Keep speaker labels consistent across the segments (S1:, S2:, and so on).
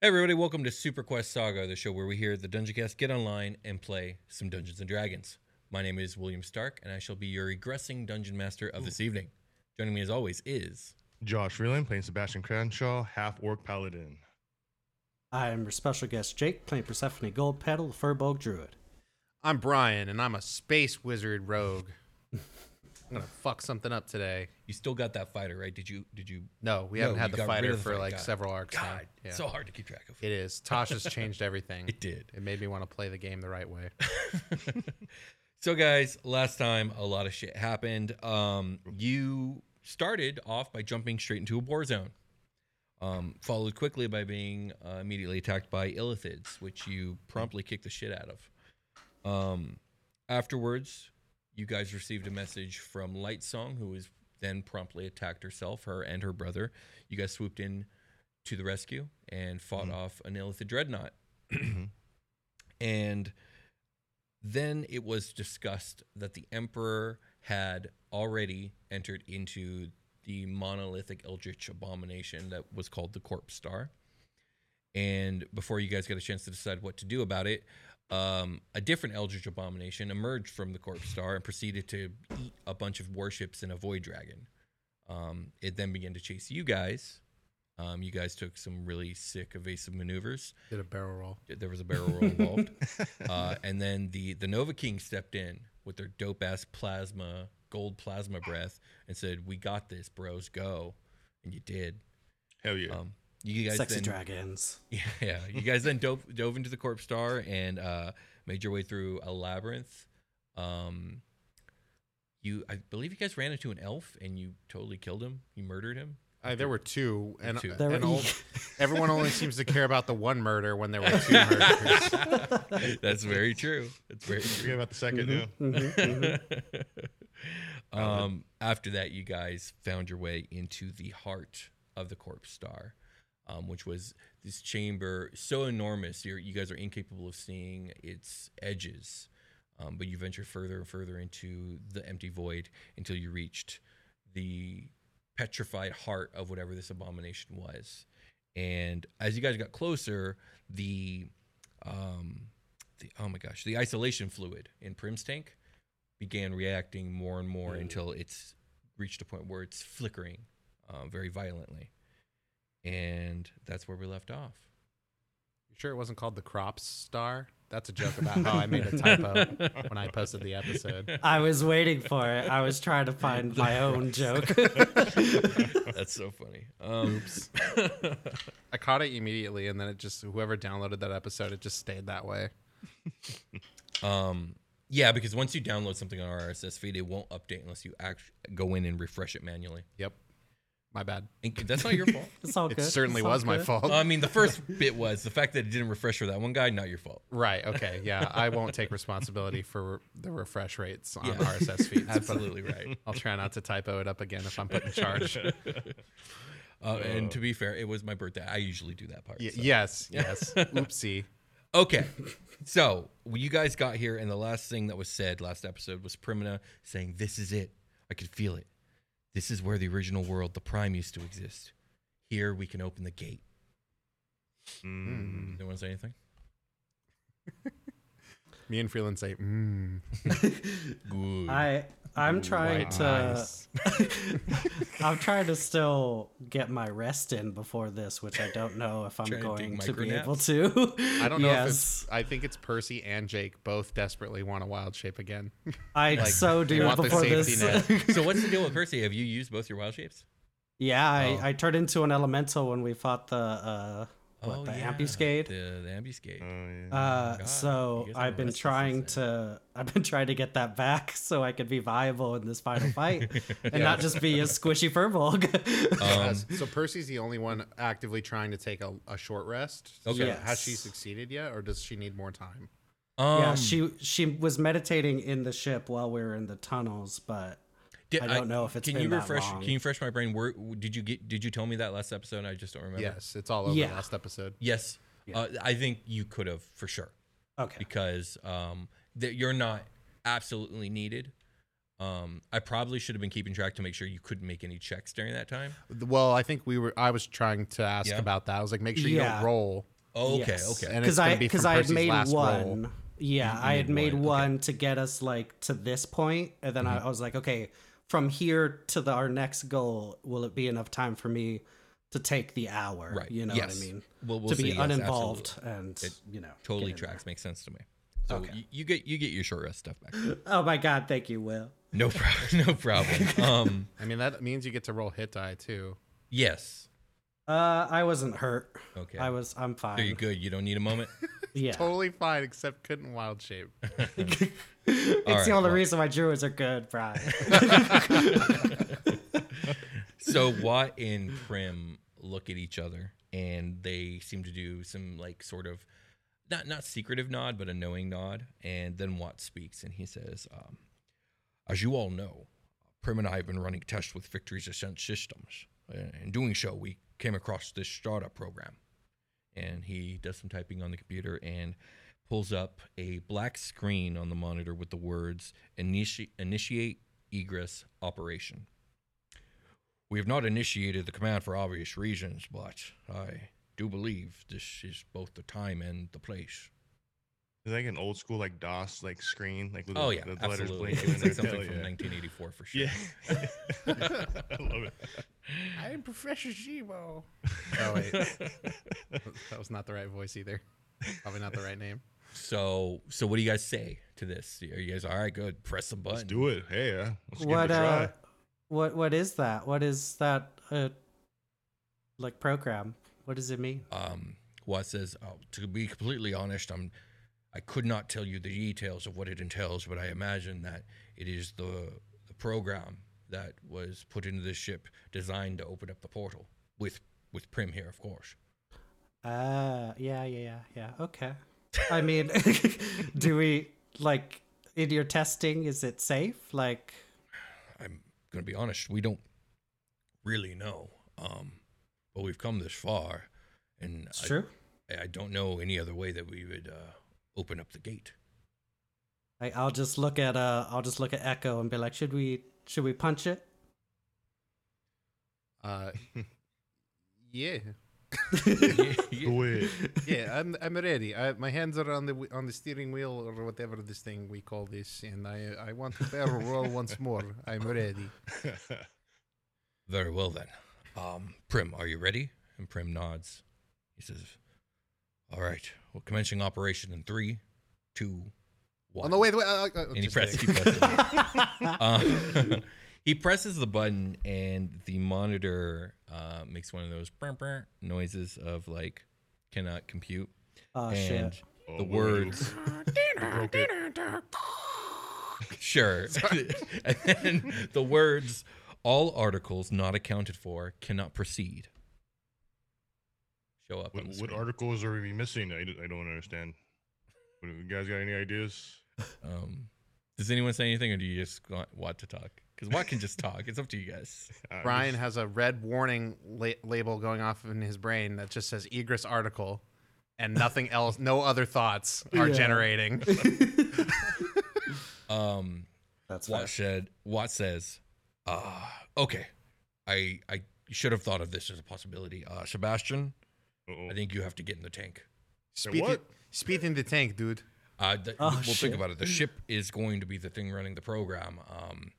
S1: Hey everybody, welcome to Super Quest Saga, the show where we here at the Dungeon Cast get online and play some Dungeons and Dragons. My name is William Stark, and I shall be your regressing dungeon master of this evening. Joining me as always is
S2: Josh Freeland playing Sebastian Cranshaw, half orc paladin.
S3: I am your special guest Jake, playing Persephone Gold Petal, the Furbolg Druid.
S4: I'm Brian, and I'm a space wizard rogue. I'm gonna fuck something up today.
S1: you still got that fighter, right? Did you did you
S4: No, we
S1: No,
S4: haven't
S1: you
S4: had the
S1: got rid
S4: fighter
S1: of the
S4: for
S1: fight.
S4: like
S1: God.
S4: several arcs now.
S1: God,
S4: Yeah.
S1: so hard to keep track of.
S4: it is. Tasha's changed everything.
S1: It did.
S4: It made me want to play the game the right way.
S1: so guys, last time a lot of shit happened. Um, you started off by jumping straight into a war zone, um, followed quickly by being uh, immediately attacked by illithids, which you promptly kicked the shit out of. Um, afterwards, you guys received a message from Lightsong, who was then promptly attacked herself, her and her brother. You guys swooped in to the rescue and fought
S2: Mhm.
S1: off an illithid dreadnought. and then it was discussed that the emperor had already entered into the monolithic eldritch abomination that was called the corpse star and before you guys got a chance to decide what to do about it um, a different eldritch abomination emerged from the corpse star and proceeded to eat a bunch of warships and a void dragon um, it then began to chase you guys um, you guys took some really sick evasive maneuvers
S4: Did a barrel roll.
S1: there was a barrel roll involved uh, and then the the Nova King stepped in with their dope ass plasma gold plasma breath and said, "We got this, bros, go!" And you did.
S2: Hell yeah.
S1: Um, you guys
S3: Sexy
S1: then,
S3: dragons.
S1: Yeah, yeah, you guys then dove dove into the Corpse Star and uh, made your way through a labyrinth. Um, you, I believe, you guys ran into an elf and you totally killed him. You murdered him.
S4: Uh, there were two, and,
S1: Two.
S3: There
S4: and
S3: were-
S4: all, everyone only seems to care about the one murder when there were two murders.
S1: That's very true. That's very true.
S2: Forget about the 2nd yeah.
S3: Mm-hmm.
S1: um, after that, you guys found your way into the heart of the Corpse Star, um, which was this chamber so enormous you're, you guys are incapable of seeing its edges. Um, but you venture further and further into the empty void until you reached the petrified heart of whatever this abomination was. And as you guys got closer, the um, the oh my gosh, the isolation fluid in Prim's tank began reacting more and more until it's reached a point where it's flickering uh, very violently. And that's where we left off.
S4: You sure it wasn't called the Crops Star? That's a joke about how I made a typo when I posted the episode.
S3: I was waiting for it. I was trying to find my own joke.
S1: that's so funny. Um, Oops.
S4: I caught it immediately, and then it just whoever downloaded that episode, it just stayed that way.
S1: Um, yeah, because once you download something on RSS feed, it won't update unless you act- go in and refresh it manually.
S4: Yep, my bad.
S1: And that's not your fault.
S3: It's all
S4: It
S3: good.
S4: certainly
S3: It's all
S4: was my
S3: good.
S4: fault.
S1: I mean, the first bit was the fact that it didn't refresh for that one guy, not your fault.
S4: right. Okay. Yeah. I won't take responsibility for the refresh rates on
S1: Yeah.
S4: RSS feeds. but
S1: Absolutely right.
S4: I'll try not to typo it up again if I'm put in charge. Y-
S1: Uh, and to be fair, it was my birthday. I usually do that part. so.
S4: yes. Yes. Oopsie.
S1: Okay. So when you guys got here, and the last thing that was said last episode was Primina saying, This is it. I could feel it. This is where the original world, the Prime, used to exist. Here we can open the gate.
S2: Mm.
S1: No one say anything?
S4: Me and Freeland say, mm,
S1: Good.
S3: I I'm trying
S4: white
S3: to
S4: lies.
S3: I'm trying to still get my rest in before this, which I don't know if I'm
S1: Trying to take
S3: going to be
S1: micronaps?
S3: able to.
S4: I don't know if
S3: yes,
S4: it's. I think it's Percy and Jake both desperately want a wild shape again.
S3: I so
S4: they
S3: do
S4: want the
S3: before
S4: safety
S3: this.
S4: net.
S1: so what's the deal with Percy? Have you used both your wild shapes?
S3: Yeah, I,
S1: Oh.
S3: I turned into an elemental when we fought the uh
S4: Oh,
S3: what, the ambuscade.
S1: The, the ambuscade.
S2: Oh, yeah.
S3: Uh,
S1: God,
S3: so
S1: you guys have
S3: I've been
S1: restlessness
S3: trying
S1: there.
S3: to I've been trying to get that back so I could be viable in this final fight and not just be a squishy furbolg.
S1: Um,
S4: Yes. so Percy's the only one actively trying to take a, a short rest.
S1: Okay.
S4: So Has she
S3: Yes.
S4: succeeded yet, or does she need more time?
S1: Um,
S3: yeah, she she was meditating in the ship while we were in the tunnels, but
S1: did-
S3: I don't know if it's
S1: can
S3: been
S1: you
S3: that
S1: refresh
S3: long.
S1: can you refresh my brain? Where did you get did you tell me that last episode? I just don't remember.
S4: Yes, it's all over
S3: Yeah.
S4: last episode.
S1: Yes. Uh, I think you could have for sure.
S3: okay.
S1: because um, that you're not absolutely needed. Um, I probably should have been keeping track to make sure you couldn't make any checks during that time.
S4: Well, I think we were. I was trying to ask
S1: Yeah.
S4: about that. I was like, make sure you
S3: Yeah.
S4: don't roll.
S1: Oh, okay,
S3: Yes.
S1: okay.
S4: And it's
S3: because
S4: gonna
S3: I
S4: be from
S3: because I had
S4: Percy's
S3: made
S4: last roll.
S3: one. Yeah, I had
S1: made
S3: made
S1: one, okay.
S3: one to get us like to this point, and then
S4: Mm-hmm.
S3: I, I was like, okay, from here to the, our next goal, will it be enough time for me to take the hour?
S1: Right.
S3: You know
S4: Yes.
S3: what I mean?
S1: We'll, we'll
S3: to be
S1: see. Yes,
S3: uninvolved
S1: absolutely.
S3: and you know
S1: Totally
S3: get in
S1: tracks. Makes sense to me. So you, you get you get your short rest stuff back.
S3: there. Oh my god, thank you, Will.
S1: No problem. No problem. Um,
S4: I mean, that means you get to roll hit die too.
S1: yes.
S3: Uh, I wasn't hurt.
S1: Okay.
S3: I was. I'm fine.
S1: So you're good. You don't need a moment.
S3: Yeah.
S4: Totally fine, except couldn't wild shape.
S3: it's
S1: All right,
S3: the only
S1: well.
S3: reason why druids are good, Brian.
S1: so Watt and Prim look at each other, and they seem to do some like sort of not not secretive nod, but a knowing nod. And then Watt speaks, and he says, um, "As you all know, Prim and I have been running tests with Victory's Ascent systems. In doing so, we came across this startup program." And he does some typing on the computer and pulls up a black screen on the monitor with the words "Initi- "Initiate Egress Operation." We have not initiated the command for obvious reasons, but I do believe this is both the time and the place.
S2: It's like an old school like DOS like screen, like with
S1: Oh
S2: the,
S1: yeah,
S2: the letters
S1: absolutely.
S2: blinking.
S1: It's like
S2: and
S1: something
S2: everything.
S1: from 1984 for sure.
S2: Yeah. yeah. I love it.
S4: I am Professor Zemo. Oh wait, that was not the right voice either. Probably not the right name.
S1: So, so what do you guys say to this? Are you guys all right? Good. Press the button.
S2: Let's do it. Hey, uh, let's
S3: what
S2: give it a try.
S3: uh, what what is that? What is that? Uh, like program? What does it mean?
S1: Um, Watt says, oh, "To be completely honest, I'm, I could not tell you the details of what it entails, but I imagine that it is the, the program that was put into this ship, designed to open up the portal with with Prim here, of course."
S3: Uh, yeah, yeah, yeah, yeah. Okay. I mean, do we like in your testing? Is it safe? Like,
S1: I'm going to be honest, we don't really know. Um, but we've come this far, and
S3: it's
S1: I,
S3: true.
S1: I don't know any other way that we would uh, open up the gate.
S3: I, I'll just look at uh, I'll just look at Echo and be like, should we should we punch it?
S4: Uh, yeah,
S2: Do it.
S4: yeah. I'm I'm ready. I, my hands are on the whe- on the steering wheel or whatever this thing we call this, and I I want to barrel roll once more. I'm ready.
S1: Very well then. Um, Prim, are you ready? And Prim nods. He says, "All right, we're commencing operation in three, two, one."
S4: Oh no, wait, wait. Uh, uh,
S1: and he
S4: just
S1: presses.
S4: kidding.
S1: He, presses um, he presses the button, and the monitor uh, makes one of those brr, brr noises of like cannot compute,
S3: Oh
S1: and
S3: shit!
S2: Oh,
S1: the
S2: whoa.
S1: words
S2: Broke it.
S1: sure, and then the words all articles not accounted for cannot proceed. Show up.
S2: What,
S1: on the
S2: what
S1: screen.
S2: articles are we missing? I, don't- I don't understand. What, you guys got any ideas?
S1: Um, does anyone say anything, or do you just want Watt to talk? Because Watt can just talk. It's up to you guys.
S2: Uh,
S4: Brian
S2: just-
S4: has a red warning la- label going off in his brain that just says egress article, and nothing else. No other thoughts are
S3: Yeah.
S4: generating.
S1: Um,
S3: That's
S1: Watt said. Watt says, uh, "Okay, I I should have thought of this as a possibility." Uh, Sebastian,
S2: Uh-oh.
S1: I think you have to get in the tank.
S4: Speed,
S2: what?
S4: speed in the tank, dude.
S1: Uh, th-
S3: Oh,
S1: we'll
S3: shit.
S1: think about it. The ship is going to be the thing running the program. Um,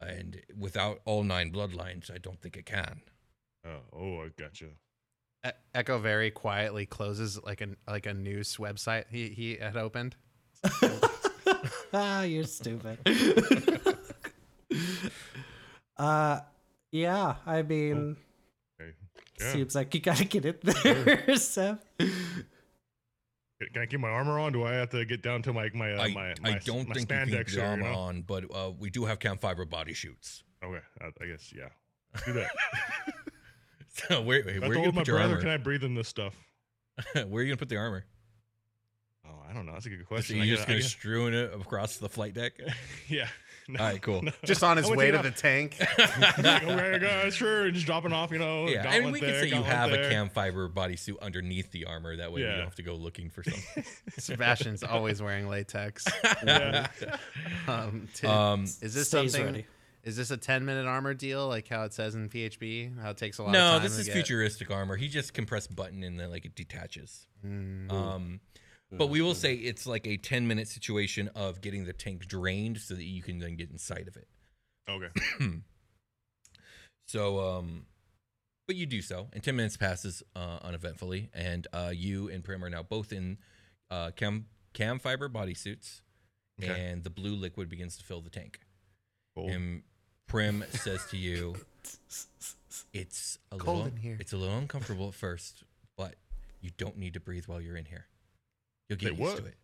S1: and without all nine bloodlines, I don't think it can.
S2: Uh, oh, I gotcha.
S4: E- Echo very quietly closes like a like a news website he he had opened.
S3: ah, you're stupid. uh, yeah. I mean,
S2: Okay. Yeah.
S3: seems like you gotta get it there, Seth.
S2: Can- Can I get my armor on? Do I have to get down to my my uh,
S1: I,
S2: my,
S1: I
S2: my s-
S1: don't
S2: my
S1: think you can
S2: spandex
S1: get
S2: here, you
S1: armor
S2: know?
S1: on, but uh, we do have campfire body shoots.
S2: Okay, I, I guess yeah. Let's do that.
S1: So where, where are
S2: I
S1: you gonna
S2: told my
S1: put your
S2: brother,
S1: armor?
S2: can I breathe in this stuff?
S1: Where are you gonna put the armor?
S2: Oh, I don't know. That's a good
S1: So
S2: question.
S1: you're
S2: I
S1: just
S2: gotta- I
S1: gonna strewn it across the flight deck?
S2: gotta- yeah.
S1: All right, cool.
S4: Just on his
S2: I went
S4: way to
S2: to
S4: the tank.
S2: like, okay, guys, sure, just dropping off, you know.
S1: Yeah,
S2: Oh, gauntlet
S1: and we
S2: there,
S1: can say you
S2: gauntlet
S1: have
S2: there.
S1: a cam fiber bodysuit underneath the armor. That way you
S2: Yeah.
S1: don't have to go looking for something.
S4: Sebastian's always wearing latex.
S2: Yeah.
S4: Um, to-
S1: Um,
S4: is this
S3: Stays
S4: something?
S3: ready.
S4: Is this a ten minute armor deal like how it says in PHB? How it takes a lot of
S1: no,
S4: time.
S1: this
S4: to
S1: is
S4: get-
S1: futuristic armor. He just compressed button and then like it detaches.
S4: Mm.
S1: Um, but we will say it's like a 10 minute situation of getting the tank drained so that you can then get inside of it.
S2: Okay.
S1: So, um, but you do so, and 10 minutes passes uh, uneventfully, and uh, you and Prim are now both in uh, cam, cam fiber bodysuits,
S2: Okay.
S1: and the blue liquid begins to fill the tank.
S2: Cool.
S1: And Prim says to you, It's a
S4: Cold
S1: little,
S4: in here.
S1: It's a little uncomfortable at first, but you don't need to breathe while you're in here. You'll get
S2: Wait,
S1: used to
S2: what?
S1: it.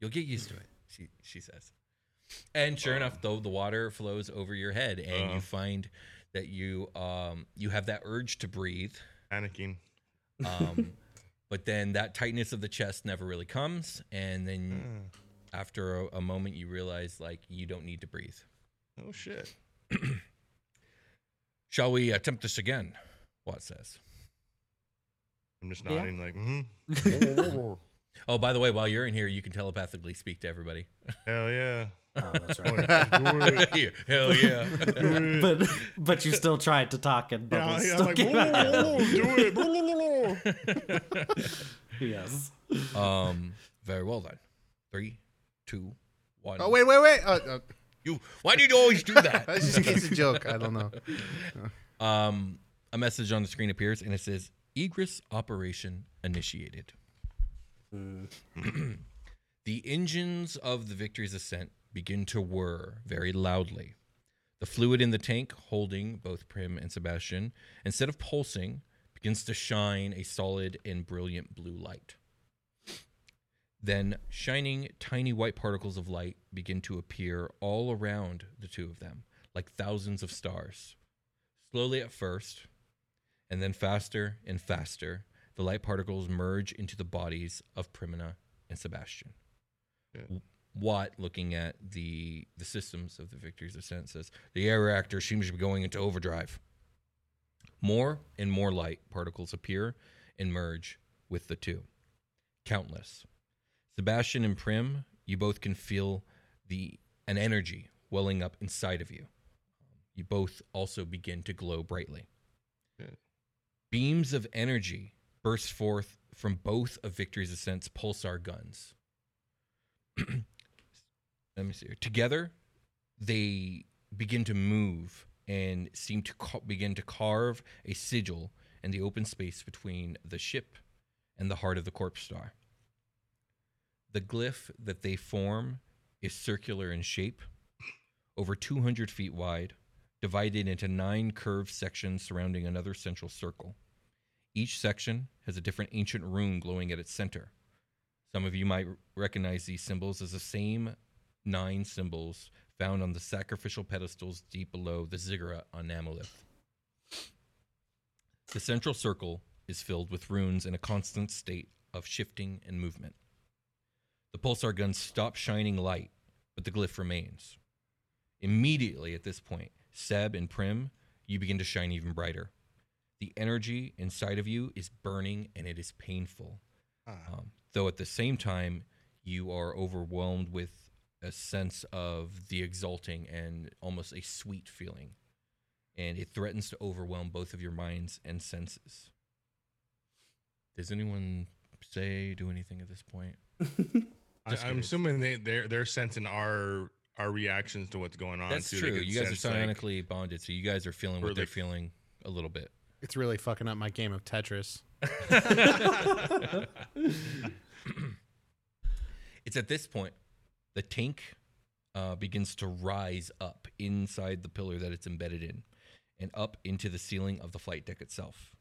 S1: You'll get used to it. She she says. And sure enough, though the water flows over your head, and
S4: Uh-huh.
S2: Uh.
S1: you find that you um you have that urge to breathe,
S2: Panicking.
S1: um, but then that tightness of the chest never really comes, and then
S4: Hmm.
S1: after a, a moment you realize like you don't need to breathe.
S2: Oh shit.
S1: Shall we attempt this again? Watt says.
S2: I'm just
S3: Yeah.
S2: nodding like, mm-hmm.
S1: Oh, by the way, while you're in here, you can telepathically speak to everybody.
S2: hell yeah.
S3: Oh, that's
S2: I
S3: right.
S2: wanna do it.
S1: Hell yeah.
S2: Do it.
S3: but but you still tried to talk and
S2: yeah,
S3: bubbles
S2: yeah,
S3: still
S2: I'm like,
S3: came
S2: whoa,
S3: out.
S2: whoa, whoa, do it. Blah, blah, blah, blah.
S3: Yes.
S1: um, very well then. Three, two, one.
S4: Oh wait, wait, wait! Oh, oh,
S1: You. Why do you always do that?
S4: that's just it's a joke. I don't know.
S1: um, a message on the screen appears and it says, "Egress operation initiated." The engines of the Victory's ascent begin to whir very loudly. The fluid in the tank holding both Prim and Sebastian, instead of pulsing, begins to shine a solid and brilliant blue light. Then, shining tiny white particles of light begin to appear all around the two of them, like thousands of stars. Slowly at first, and then faster and faster, the light particles merge into the bodies of Primina and Sebastian.
S2: Yeah.
S1: Watt, looking at the the systems of the Victor's Ascent, says the air reactor seems to be going into overdrive. More and more light particles appear and merge with the two, countless. Sebastian and Prim, you both can feel the an energy welling up inside of you. You both also begin to glow brightly.
S2: Good.
S1: Beams of energy burst forth from both of Victory's Ascent's pulsar guns. Let me see here. Together, they begin to move and seem to ca- begin to carve a sigil in the open space between the ship and the heart of the corpse star. The glyph that they form is circular in shape, over 200 feet wide, divided into nine curved sections surrounding another central circle. Each section has a different ancient rune glowing at its center. Some of you might r- recognize these symbols as the same nine symbols found on the sacrificial pedestals deep below the ziggurat on Amolith. The central circle is filled with runes in a constant state of shifting and movement. The pulsar guns stop shining light, but the glyph remains. Immediately at this point, Seb and Prim, you begin to shine even brighter. The energy inside of you is burning and it is painful. Um, though at the same time, you are overwhelmed with a sense of the exulting and almost a sweet feeling. And it threatens to overwhelm both of your minds and senses. Does anyone say, do anything at this point?
S2: I,
S1: Just
S2: I'm
S1: curious.
S2: assuming they they're they're sensing our our reactions to what's going on.
S1: That's
S2: too. They
S1: true.
S2: could
S1: You guys are
S2: sense, like-
S1: sonically bonded, so you guys are feeling
S2: Or
S1: what they're
S2: they-
S1: feeling a little bit.
S4: It's really fucking up my game of Tetris.
S1: It's at this point the tank uh, begins to rise up inside the pillar that it's embedded in and up into the ceiling of the flight deck itself.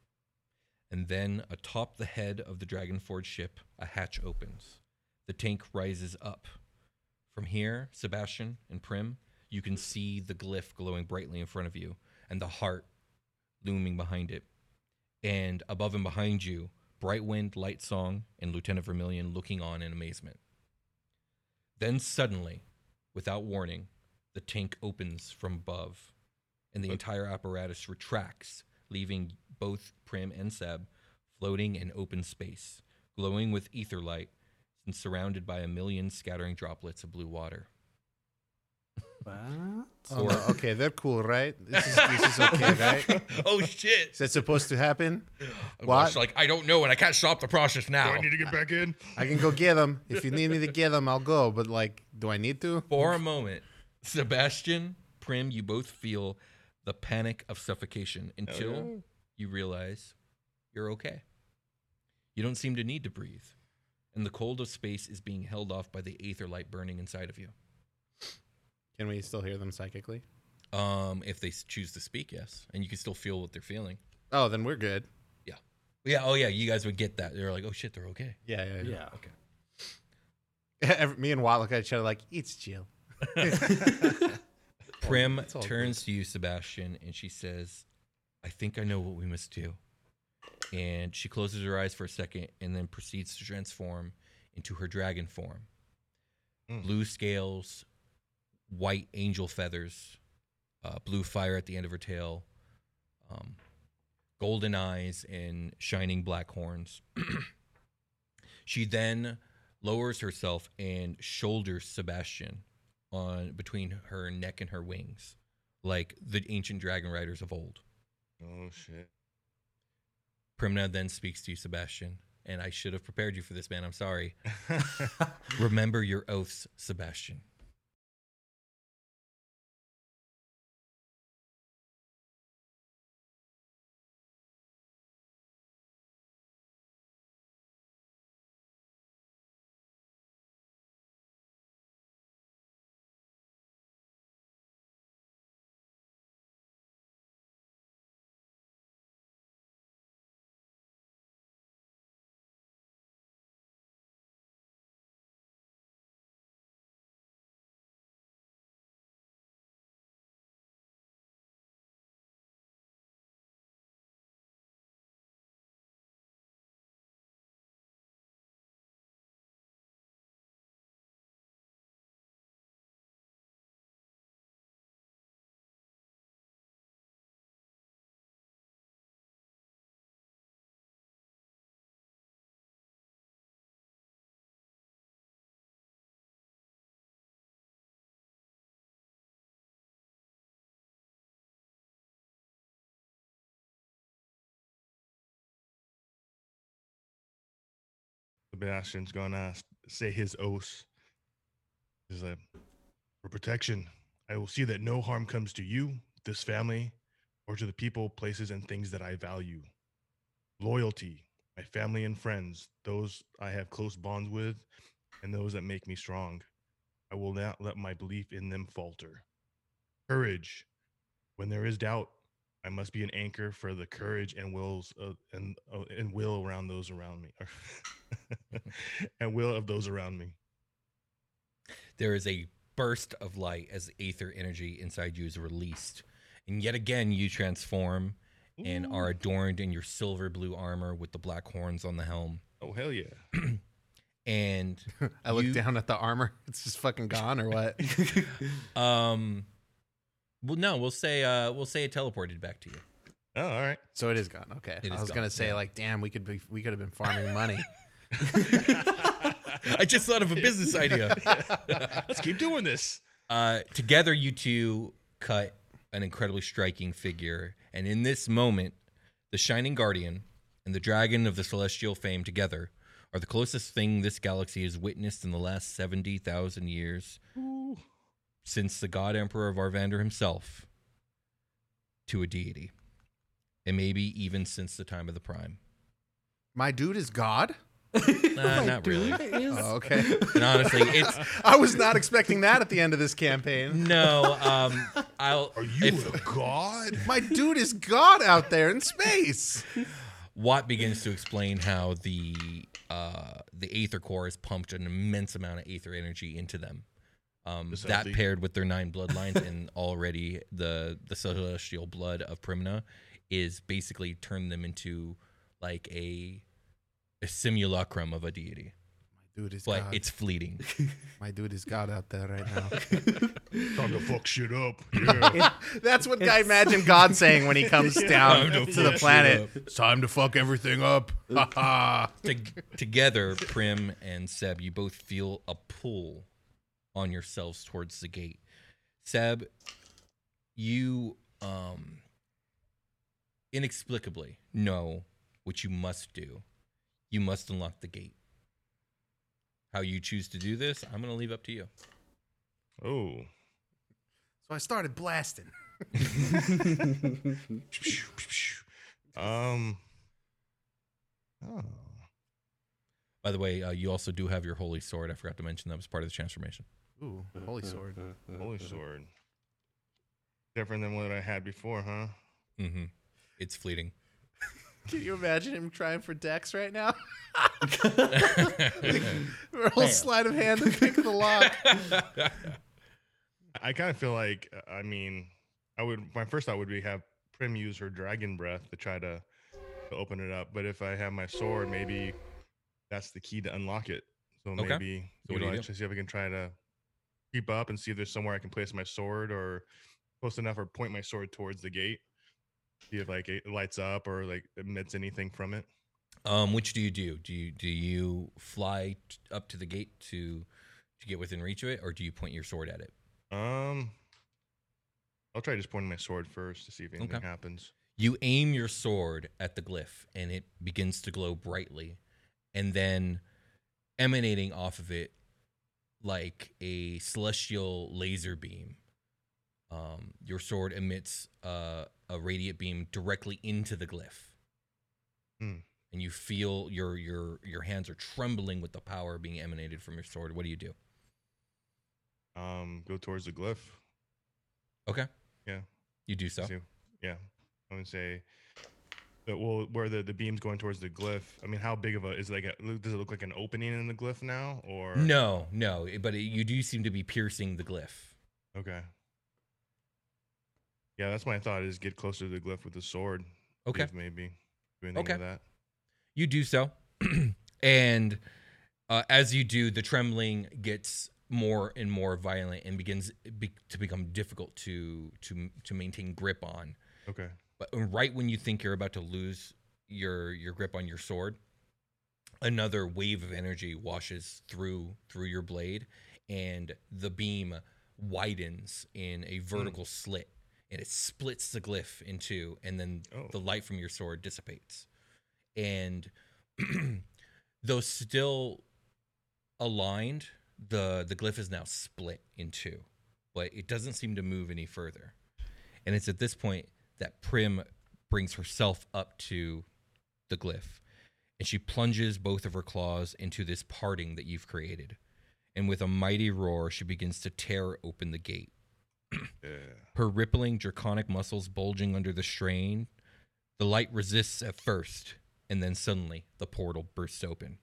S1: And then atop the head of the Dragonforge ship, a hatch opens. The tank rises up. From here, Sebastian and Prim, you can see the glyph glowing brightly in front of you and the heart looming behind it. And above and behind you, Brightwind, Light Song, and Lieutenant Vermilion looking on in amazement. Then suddenly, without warning, the tank opens from above, and the
S2: Okay.
S1: entire apparatus retracts, leaving both Prim and Seb floating in open space, glowing with ether light and surrounded by a million scattering droplets of blue water.
S3: What?
S4: Oh, no, okay, they're cool, right? This is, this is okay, right?
S1: oh shit!
S4: Is that supposed to happen?
S1: Rush,
S4: What?
S1: like I don't know, and I can't stop the process
S2: Do
S1: now.
S2: I need to get back in?
S4: I can go get them. If you need me to get them, I'll go. But like, do I need to?
S1: For a moment, Sebastian, Prim, you both feel the panic of suffocation until you realize you're okay. You don't seem to need to breathe, and the cold of space is being held off by the aether light burning inside of you.
S4: Can we still hear them psychically?
S1: Um, if they s- choose to speak, yes, and you can still feel what they're feeling.
S4: Oh, then we're good.
S1: Yeah, oh yeah, you guys would get that. They're like, oh shit, they're okay.
S4: Yeah, yeah, yeah.
S3: Yeah.
S1: Okay.
S4: Every- me and Watt look at each other like, it's Jill.
S1: Prim
S4: all
S1: turns to you, Sebastian, and she says, I think I know what we must do. And she closes her eyes for a second and then proceeds to transform into her dragon form.
S2: Mm.
S1: Blue scales, white angel feathers, uh, blue fire at the end of her tail, um, golden eyes, and shining black horns. she then lowers herself and shoulders Sebastian on between her neck and her wings, like the ancient dragon riders of old.
S2: Oh shit.
S1: Primna then speaks to you, Sebastian, and I should have prepared you for this, man. I'm sorry. Remember your oaths, Sebastian.
S2: Sebastian's gonna s- say his oaths. He's like, for protection, I will see that no harm comes to you, this family, or to the people, places, and things that I value. Loyalty, my family and friends, those I have close bonds with, and those that make me strong. I will not let my belief in them falter. Courage, when there is doubt, I must be an anchor for the courage and wills of, and uh, and will around those around me, and will of those around me.
S1: There is a burst of light as aether energy inside you is released. And yet again, you transform and are adorned in your silver blue armor with the black horns on the helm.
S2: Oh hell yeah!
S1: And
S4: I look
S1: You-
S4: down at the armor. It's just fucking gone, or what?
S1: um well no, we'll say uh we'll say it teleported back to you.
S2: Oh, all right.
S4: so it is gone. Okay.
S1: It is
S4: I was
S1: gone,
S4: gonna say
S1: yeah.
S4: like, damn, we could be, we could have been farming money.
S1: I just thought of a business idea.
S2: Let's keep doing this.
S1: Uh, together, you two cut an incredibly striking figure. And in this moment, the Shining Guardian and the Dragon of the Celestial Fame together are the closest thing this galaxy has witnessed in the last 70,000 years since the God Emperor of Arvander himself to a deity. And maybe even since the time of the Prime.
S4: My dude is God.
S1: Nah, not really.
S4: Oh, okay.
S1: And honestly, it's
S4: I was not expecting that at the end of this campaign.
S1: no. Um, I'll.
S2: Are you
S1: if-
S2: a god?
S4: My dude is God out there in space.
S1: Watt begins to explain how the uh, the Aether Core has pumped an immense amount of Aether energy into them. Um,
S2: Is that
S1: that
S2: the-
S1: paired with their nine bloodlines and already the the celestial blood of Primna is basically turned them into like a a simulacrum of a deity.
S4: Dude is
S1: but
S4: God.
S1: it's fleeting.
S4: my dude is God out there right now.
S2: Time to fuck shit up. Yeah.
S4: That's what I
S3: It's-
S4: imagine God saying when he comes down
S1: Time to
S4: to the
S1: fuck shit
S4: planet. It's time to fuck everything up. Ha ha.
S1: Tog- together, Prim and Seb, you both feel a pull on yourselves towards the gate. Seb, you um inexplicably know what you must do. You must unlock the gate. How you choose to do this, I'm gonna leave up to you.
S2: oh.
S4: So I started blasting.
S2: Um. Oh.
S1: By the way, uh, you also do have your holy sword. I forgot to mention that was part of the transformation.
S4: Ooh, holy sword.
S2: Holy sword. Different than what I had before, huh?
S1: Mm-hmm. It's fleeting.
S4: Can you imagine him trying for Dex right now?
S1: All
S4: Roll sleight of hand and pick the lock.
S2: I kind of feel like uh, I mean, I would my first thought would be have Prim use her dragon breath to try to, to open it up. But if I have my sword, maybe that's the key to unlock it. So
S1: Okay.
S2: maybe
S1: So what do you
S2: utilize-
S1: do?
S2: to see if I can try to keep up and see if there's somewhere I can place my sword or close enough or point my sword towards the gate. See if like it lights up or like emits anything from it.
S1: Um, which do you do? Do you do you fly t- up to the gate to to get within reach of it, or do you point your sword at it?
S2: Um, I'll try just pointing my sword first to see if anything
S1: Okay.
S2: happens.
S1: You aim your sword at the glyph, and it begins to glow brightly, and then emanating off of it like a celestial laser beam. Um, your sword emits uh, a radiant beam directly into the glyph,
S2: Hmm.
S1: and you feel your your your hands are trembling with the power being emanated from your sword. What do you do?
S2: Um, go towards the glyph.
S1: Okay.
S2: Yeah.
S1: You do so.
S2: So, yeah, I would say. But well, where the, the beam's going towards the glyph. I mean, how big of a is it like? A, lo- does it look like an opening in the glyph now, or
S1: No, no, it- but it, you do seem to be piercing the glyph.
S2: Okay. Yeah, that's my thought. Is get closer to the glyph with the sword. see
S1: Okay.
S2: if maybe. Do anything
S1: Okay.
S2: with that.
S1: You do so. and uh, as you do, the trembling gets more and more violent and begins be- to become difficult to to to maintain grip on.
S2: Okay.
S1: But right when you think you're about to lose your your grip on your sword, another wave of energy washes through through your blade, and the beam widens in a vertical slit, and it splits the glyph in two, and then
S2: Oh.
S1: the light from your sword dissipates. And though still aligned, the the glyph is now split in two, but it doesn't seem to move any further. And it's at this point that Prim brings herself up to the glyph and she plunges both of her claws into this parting that you've created. And with a mighty roar, she begins to tear open the gate.
S2: Yeah.
S1: Her rippling, draconic muscles bulging under the strain. The light resists at first, and then suddenly the portal bursts open.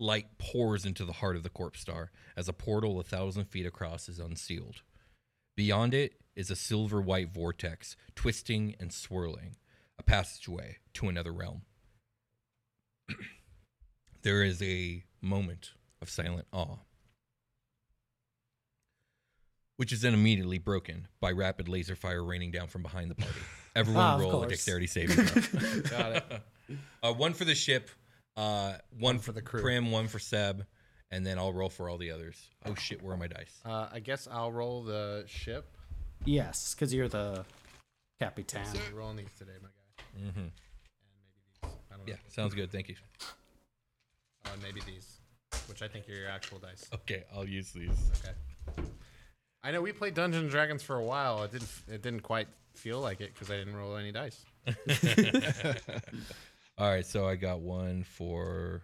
S1: light pours into the heart of the corpse star as a portal a thousand feet across is unsealed. Beyond it is a silver white vortex, twisting and swirling, a passageway to another realm. there is a moment of silent awe which is then immediately broken by rapid laser fire raining down from behind the party. Everyone
S3: Ah, of
S1: roll a
S3: course.
S1: dexterity saving throw. Got it. Uh, one for the ship, uh, one, for the crew. Prim, one for Seb, and then I'll roll for all the others. Oh shit, where are my dice?
S4: Uh, I guess I'll roll the ship.
S3: yes, because you're the capitan.
S4: I'm rolling these today, my guy.
S1: hmm
S4: I don't know.
S1: Yeah, sounds good. Thank you.
S4: Uh, maybe these, which I think are your actual dice.
S1: Okay, I'll use these.
S4: Okay. I know we played Dungeons and Dragons for a while. It didn't. It didn't quite feel like it because I didn't roll any dice.
S1: All right, so I got one for.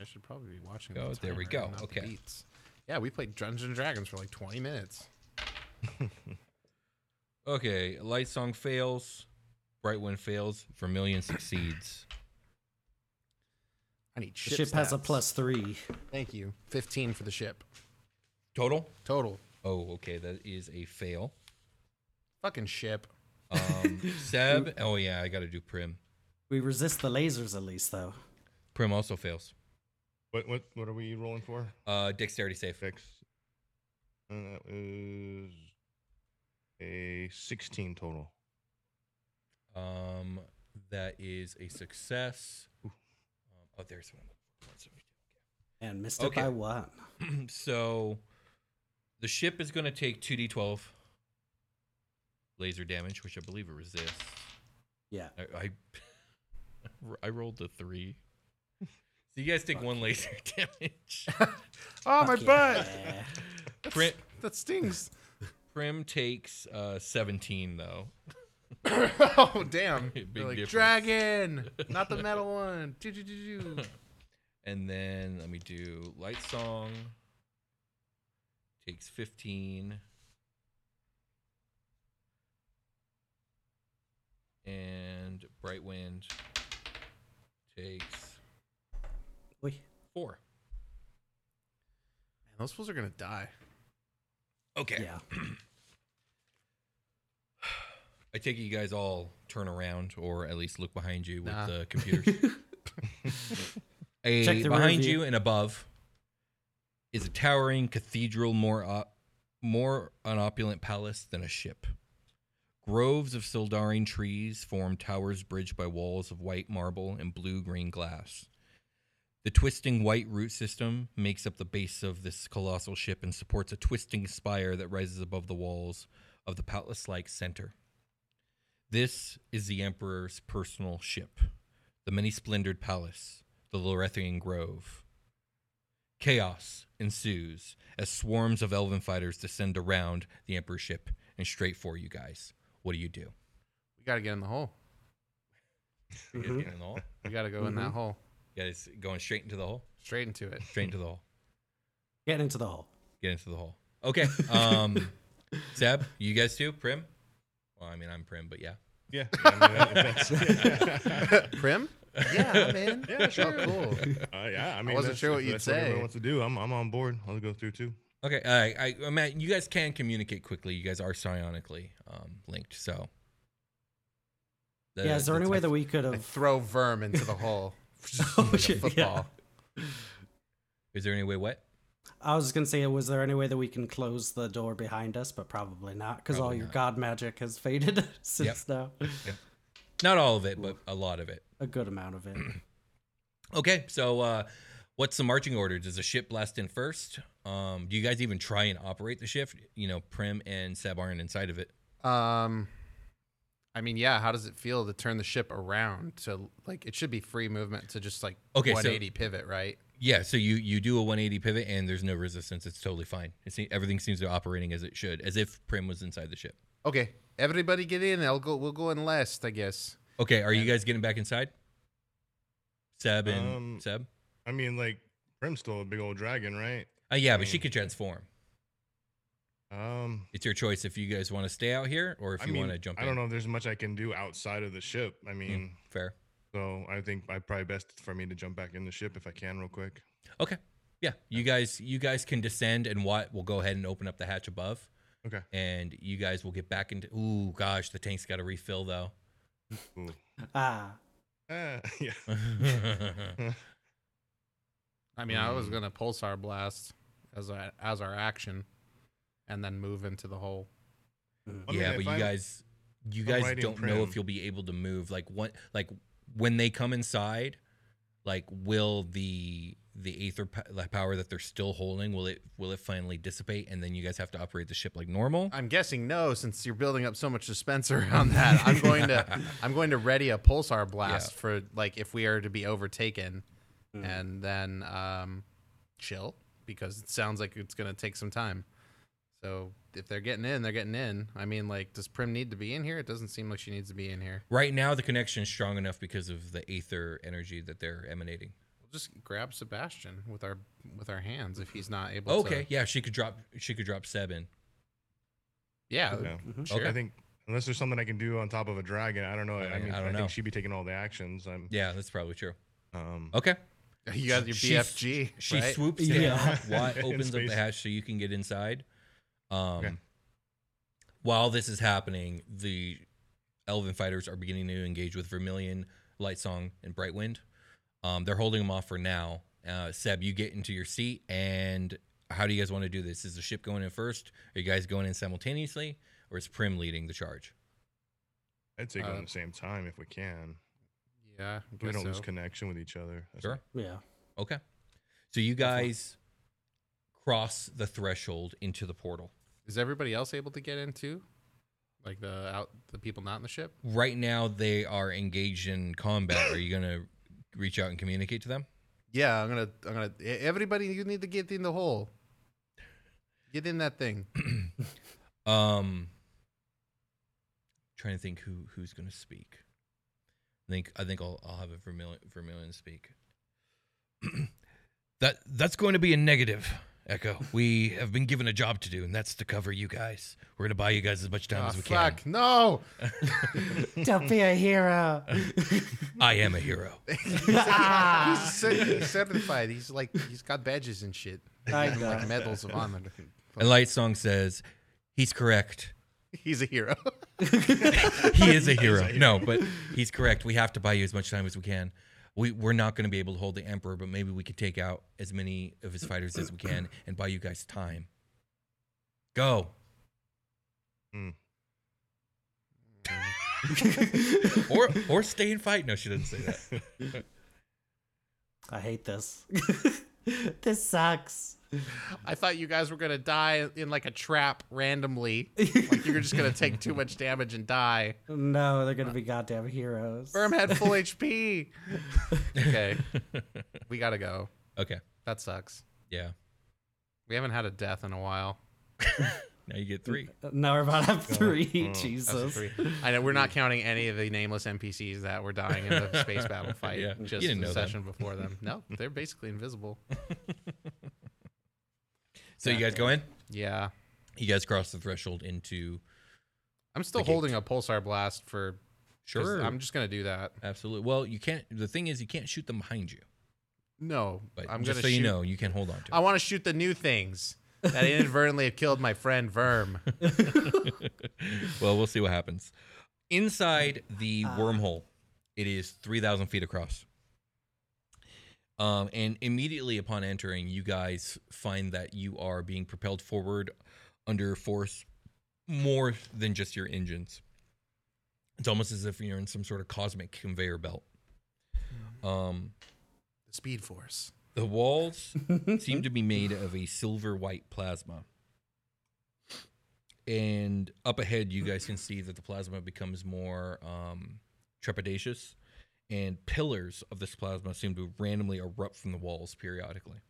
S4: I should probably be watching.
S1: Go,
S4: the
S1: Oh, there we
S4: timer
S1: go,
S4: and not the
S1: okay.
S4: beats. Yeah, we played Dungeons and Dragons for like 20 minutes.
S1: Okay, Light Song fails, Bright Wind fails, Vermilion succeeds.
S4: I need
S3: The
S4: ship.
S3: ship has a
S4: stats.
S3: plus three.
S4: Thank you. 15 for the ship
S1: Total?
S4: total.
S1: Oh, okay, that is a fail.
S4: Fucking ship.
S1: Um, Seb. Oh yeah, I got to do Prim.
S3: We resist the lasers at least, though.
S1: Prim also fails.
S2: What what what are we rolling for?
S1: Uh, dexterity save.
S2: Fix. And that is a 16 total.
S1: Um, that is a success. Um, oh, there's one.
S3: and missed it
S1: Okay.
S3: by one.
S1: so the ship is going to take 2d12 laser damage, which I believe it resists.
S3: Yeah.
S1: I I, I rolled a three. So you guys take one laser damage.
S4: Oh, my
S3: Fuck
S4: butt!
S3: yeah.
S1: Prim,
S4: That stings.
S1: Prim takes uh, 17 though.
S4: oh, damn.
S1: Big
S4: They're like,
S1: difference.
S4: dragon! Not the metal one. Do-do-do-do.
S1: And then let me do Light Song. Takes 15. And Bright Wind takes
S3: Oy.
S1: four.
S4: Man, those fools are gonna die.
S1: Okay.
S3: Yeah.
S1: I take it you guys all turn around or at least look behind you with
S4: Nah.
S1: the computers. a,
S3: Check the rear
S1: behind
S3: view.
S1: you and above is a towering cathedral more op- more an opulent palace than a ship. Groves of Sildarin trees form towers bridged by walls of white marble and blue green glass. The twisting white root system makes up the base of this colossal ship and supports a twisting spire that rises above the walls of the palace like center. This is the Emperor's personal ship, the many splendored palace, the Lorethian Grove. Chaos ensues as swarms of elven fighters descend around the Emperor's ship and straight for you guys. What do you do?
S4: We gotta get in the hole.
S1: You guys
S3: Mhm.
S1: getting in the hole?
S4: We gotta go in that
S3: Mhm.
S4: hole.
S1: You guys going straight into the hole?
S4: Straight into it.
S1: Straight into the hole.
S3: Get into the hole.
S1: Get into the hole. Okay. Um, Seb, you guys too? Prim? Well, I mean, I'm Prim, but yeah.
S2: Yeah. I mean, that- if that's-
S4: Prim? Yeah, man.
S2: Yeah, sure.
S4: Oh, cool.
S2: Uh, yeah, I mean,
S4: wasn't
S2: that's-
S4: sure what
S2: if
S4: you'd
S2: that's everyone
S4: say.
S2: wants to do. I'm, I'm on board. I'll go through too.
S1: Okay, I, I, I Matt, you guys can communicate quickly. You guys are psionically um, linked, so.
S3: yeah, is there any way that we could
S4: I
S3: have?
S4: throw Verm into the hole.
S3: Oh,
S4: like a
S3: shit, yeah.
S4: football.
S1: Is there any way what?
S3: I was gonna say, was there any way that we can close the door behind us? But probably not, because all
S1: Probably
S3: your
S1: not.
S3: god magic has faded since now.
S1: Not all of it, but a lot of it.
S3: A good amount of it.
S1: Okay, so uh, what's the marching order? Does the ship blast in first? Um, do you guys even try and operate the ship? You know, Prim and Seb aren't inside of it.
S4: Um, I mean, yeah. How does it feel to turn the ship around to like it should be free movement to just like
S1: Okay, so-
S4: 180 pivot, right?
S1: Yeah, so you you do a 180 pivot and there's no resistance. It's totally fine. It se- everything seems to be operating as it should, as if Prim was inside the ship.
S4: Okay, everybody get in. I'll go. We'll go in last, I guess.
S1: Okay, are you guys getting back inside? Seb and
S2: Um,
S1: Seb?
S2: I mean, like, Prim's still a big old dragon, right?
S1: Uh, yeah, but she
S2: mm.
S1: can transform.
S2: Um,
S1: It's your choice if you guys want to stay out here or if
S2: I
S1: you
S2: mean,
S1: want to jump
S2: I
S1: in. Hmm.
S2: don't know if there's much I can do outside of the ship. I mean,
S1: Fair.
S2: so I think I probably best for me to jump back in the ship if I can, real quick.
S1: Okay. Yeah, you guys you guys can descend and what we'll go ahead and open up the hatch above.
S2: Okay.
S1: And you guys will get back into Ooh, gosh, the tank's got to refill though.
S2: Cool.
S3: Ah,
S2: Ah, yeah.
S4: I mean, I was
S2: Mm.
S4: gonna pulsar blast as our as our action, and then move into the hole.
S3: Mm-hmm.
S2: I mean,
S1: yeah,
S2: if
S1: but you
S2: I'm-
S1: guys you
S2: I'm
S1: guys
S2: riding
S1: don't know
S2: prim.
S1: if you'll be able to move like what like when they come inside like will the the aether po- like, power that they're still holding will it will it finally dissipate and then you guys have to operate the ship like normal?
S4: I'm guessing no, since you're building up so much suspense around that. I'm going to I'm going to ready a pulsar blast
S1: Yeah. Hmm.
S4: for like if we are to be overtaken, and then um, chill because it sounds like it's going to take some time. So if they're getting in, they're getting in. I mean, like, does Prim need to be in here? It doesn't seem like she needs to be in here.
S1: Right now the connection is strong enough because of the aether energy that they're emanating.
S4: We'll just grab Sebastian with our with our hands if he's not able.
S1: Okay,
S4: to.
S1: yeah, she could drop she could drop seven.
S4: Yeah.
S2: Yeah.
S3: Mm-hmm.
S4: Sure.
S1: Okay.
S2: I think unless there's something I can do on top of a dragon, I don't know. I,
S1: I mean,
S2: mean,
S1: I
S2: I,
S1: don't know.
S2: think she'd be taking all the actions. I'm.
S1: Yeah, that's probably true.
S2: Um,
S1: Okay.
S4: You got your
S1: She-
S4: BFG.
S1: She
S4: right?
S1: swoops down,
S3: Yeah.
S1: Watt
S2: In
S1: opens up the
S2: space.
S1: hatch so you can get inside. Um,
S2: Okay.
S1: While this is happening, the elven fighters are beginning to engage with Vermilion, Light Song, and Brightwind. Um, they're holding them off for now Uh, Seb, you get into your seat, and how do you guys want to do this? Is the ship going in first? Are you guys going in simultaneously, or is Prim leading the charge?
S2: I'd say go
S4: Uh,
S2: at the same time if we can.
S4: Yeah, I
S2: We
S4: guess
S2: don't lose
S4: so.
S2: connection with each other. That's
S1: Sure.
S3: Yeah.
S1: Okay. So you guys cross the threshold into the portal.
S4: Is everybody else able to get in too? Like the out the people not in the ship?
S1: Right now, they are engaged in combat. Are you gonna reach out and communicate to them?
S4: Yeah, I'm gonna I'm gonna e- everybody you need to get in the hole. Get in that thing.
S1: Um, trying to think who who's gonna speak. I think I think I'll I'll have a Vermilion, Vermilion speak. that that's going to be a negative, Echo. We have been given a job to do, and that's to cover you guys. We're gonna buy you guys as much time
S4: Ah,
S1: as we
S4: fuck, no.
S3: Don't be a hero.
S1: can. I am a hero.
S4: He's cer- he's certified. He's like he's got badges and shit.
S3: I
S4: Like
S3: know.
S4: medals of honor.
S1: And Light Song says, he's correct.
S4: He's a hero.
S1: He is a hero. No, but he's correct. We have to buy you as much time as we can. We, we're not going to be able to hold the Emperor, but maybe we could take out as many of his fighters as we can and buy you guys time. Go. Or, or stay and fight. No, she doesn't say that.
S3: I hate this. this sucks.
S4: I thought you guys were gonna die in like a trap randomly. Like you're just gonna take too much damage and die.
S3: No, they're gonna be goddamn heroes.
S4: Firm had full HP. Okay, we gotta go.
S1: Okay.
S4: That sucks.
S1: Yeah.
S4: We haven't had a death in a while.
S1: Now you get three.
S3: Now we're about to have three.
S2: Oh.
S4: Mm, That's
S3: Jesus.
S4: three. I know we're not counting any of the nameless NPCs that were dying in the space battle fight.
S1: Yeah, you
S4: Just
S1: didn't
S4: the
S1: know them.
S4: session before them. No, they're basically invisible.
S1: So you guys go in.
S4: Yeah,
S1: You guys cross the threshold into.
S4: I'm still
S1: The gate.
S4: holding a pulsar blast for. 'cause I'm just gonna do that.
S1: Absolutely. Well, you can't. The thing is, you can't shoot them behind you.
S4: No,
S1: But
S4: I'm
S1: just
S4: gonna
S1: so
S4: shoot.
S1: you know, you can hold on to it.
S4: I want to shoot the new things that inadvertently have killed my friend Verm.
S1: well, we'll see what happens. Inside the wormhole, it is 3,000 feet across. Um, and immediately upon entering, you guys find that you are being propelled forward under force more than just your engines. It's almost as if you're in some sort of cosmic conveyor belt. Um,
S4: Speed Force.
S1: the walls seem to be made of a silver white plasma. And up ahead, you guys can see that the plasma becomes more um, trepidatious, and pillars of this plasma seem to randomly erupt from the walls periodically.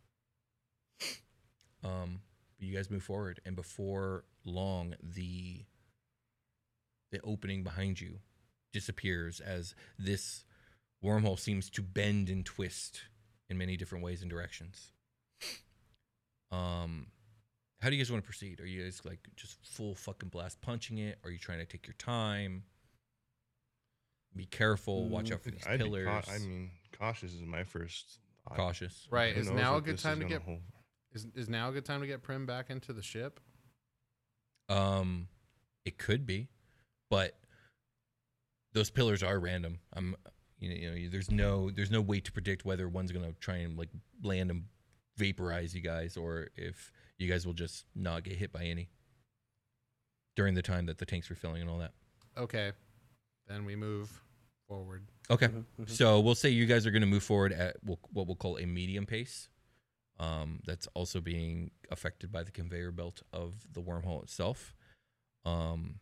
S1: Um, but you guys move forward, and before long, the the opening behind you disappears as this wormhole seems to bend and twist in many different ways and directions. Um, how do you guys want to proceed? Are you guys like just full fucking blast punching it? Are you trying to take your time? Be careful. Watch out for these
S2: I'd be cau-
S1: pillars.
S2: I mean, cautious is my first. thought.
S1: cautious.
S4: Right.
S2: Who
S4: Is
S2: knows
S4: now a
S2: what
S4: good
S2: this
S4: time
S2: is
S4: to
S2: gonna
S4: get
S2: hold.
S4: is, is now a good time to get Prim back into the ship?
S1: Um, it could be, but those pillars are random. I'm, you know, you know, there's no there's no way to predict whether one's gonna try and like land and vaporize you guys, or if you guys will just not get hit by any during the time that the tanks were filling and all that.
S4: Okay, then we move forward.
S1: Okay,
S3: Mhm, mhm.
S1: so we'll say you guys are gonna move forward at we'll- what we'll call a medium pace. Um, that's also being affected by the conveyor belt of the wormhole itself. Um,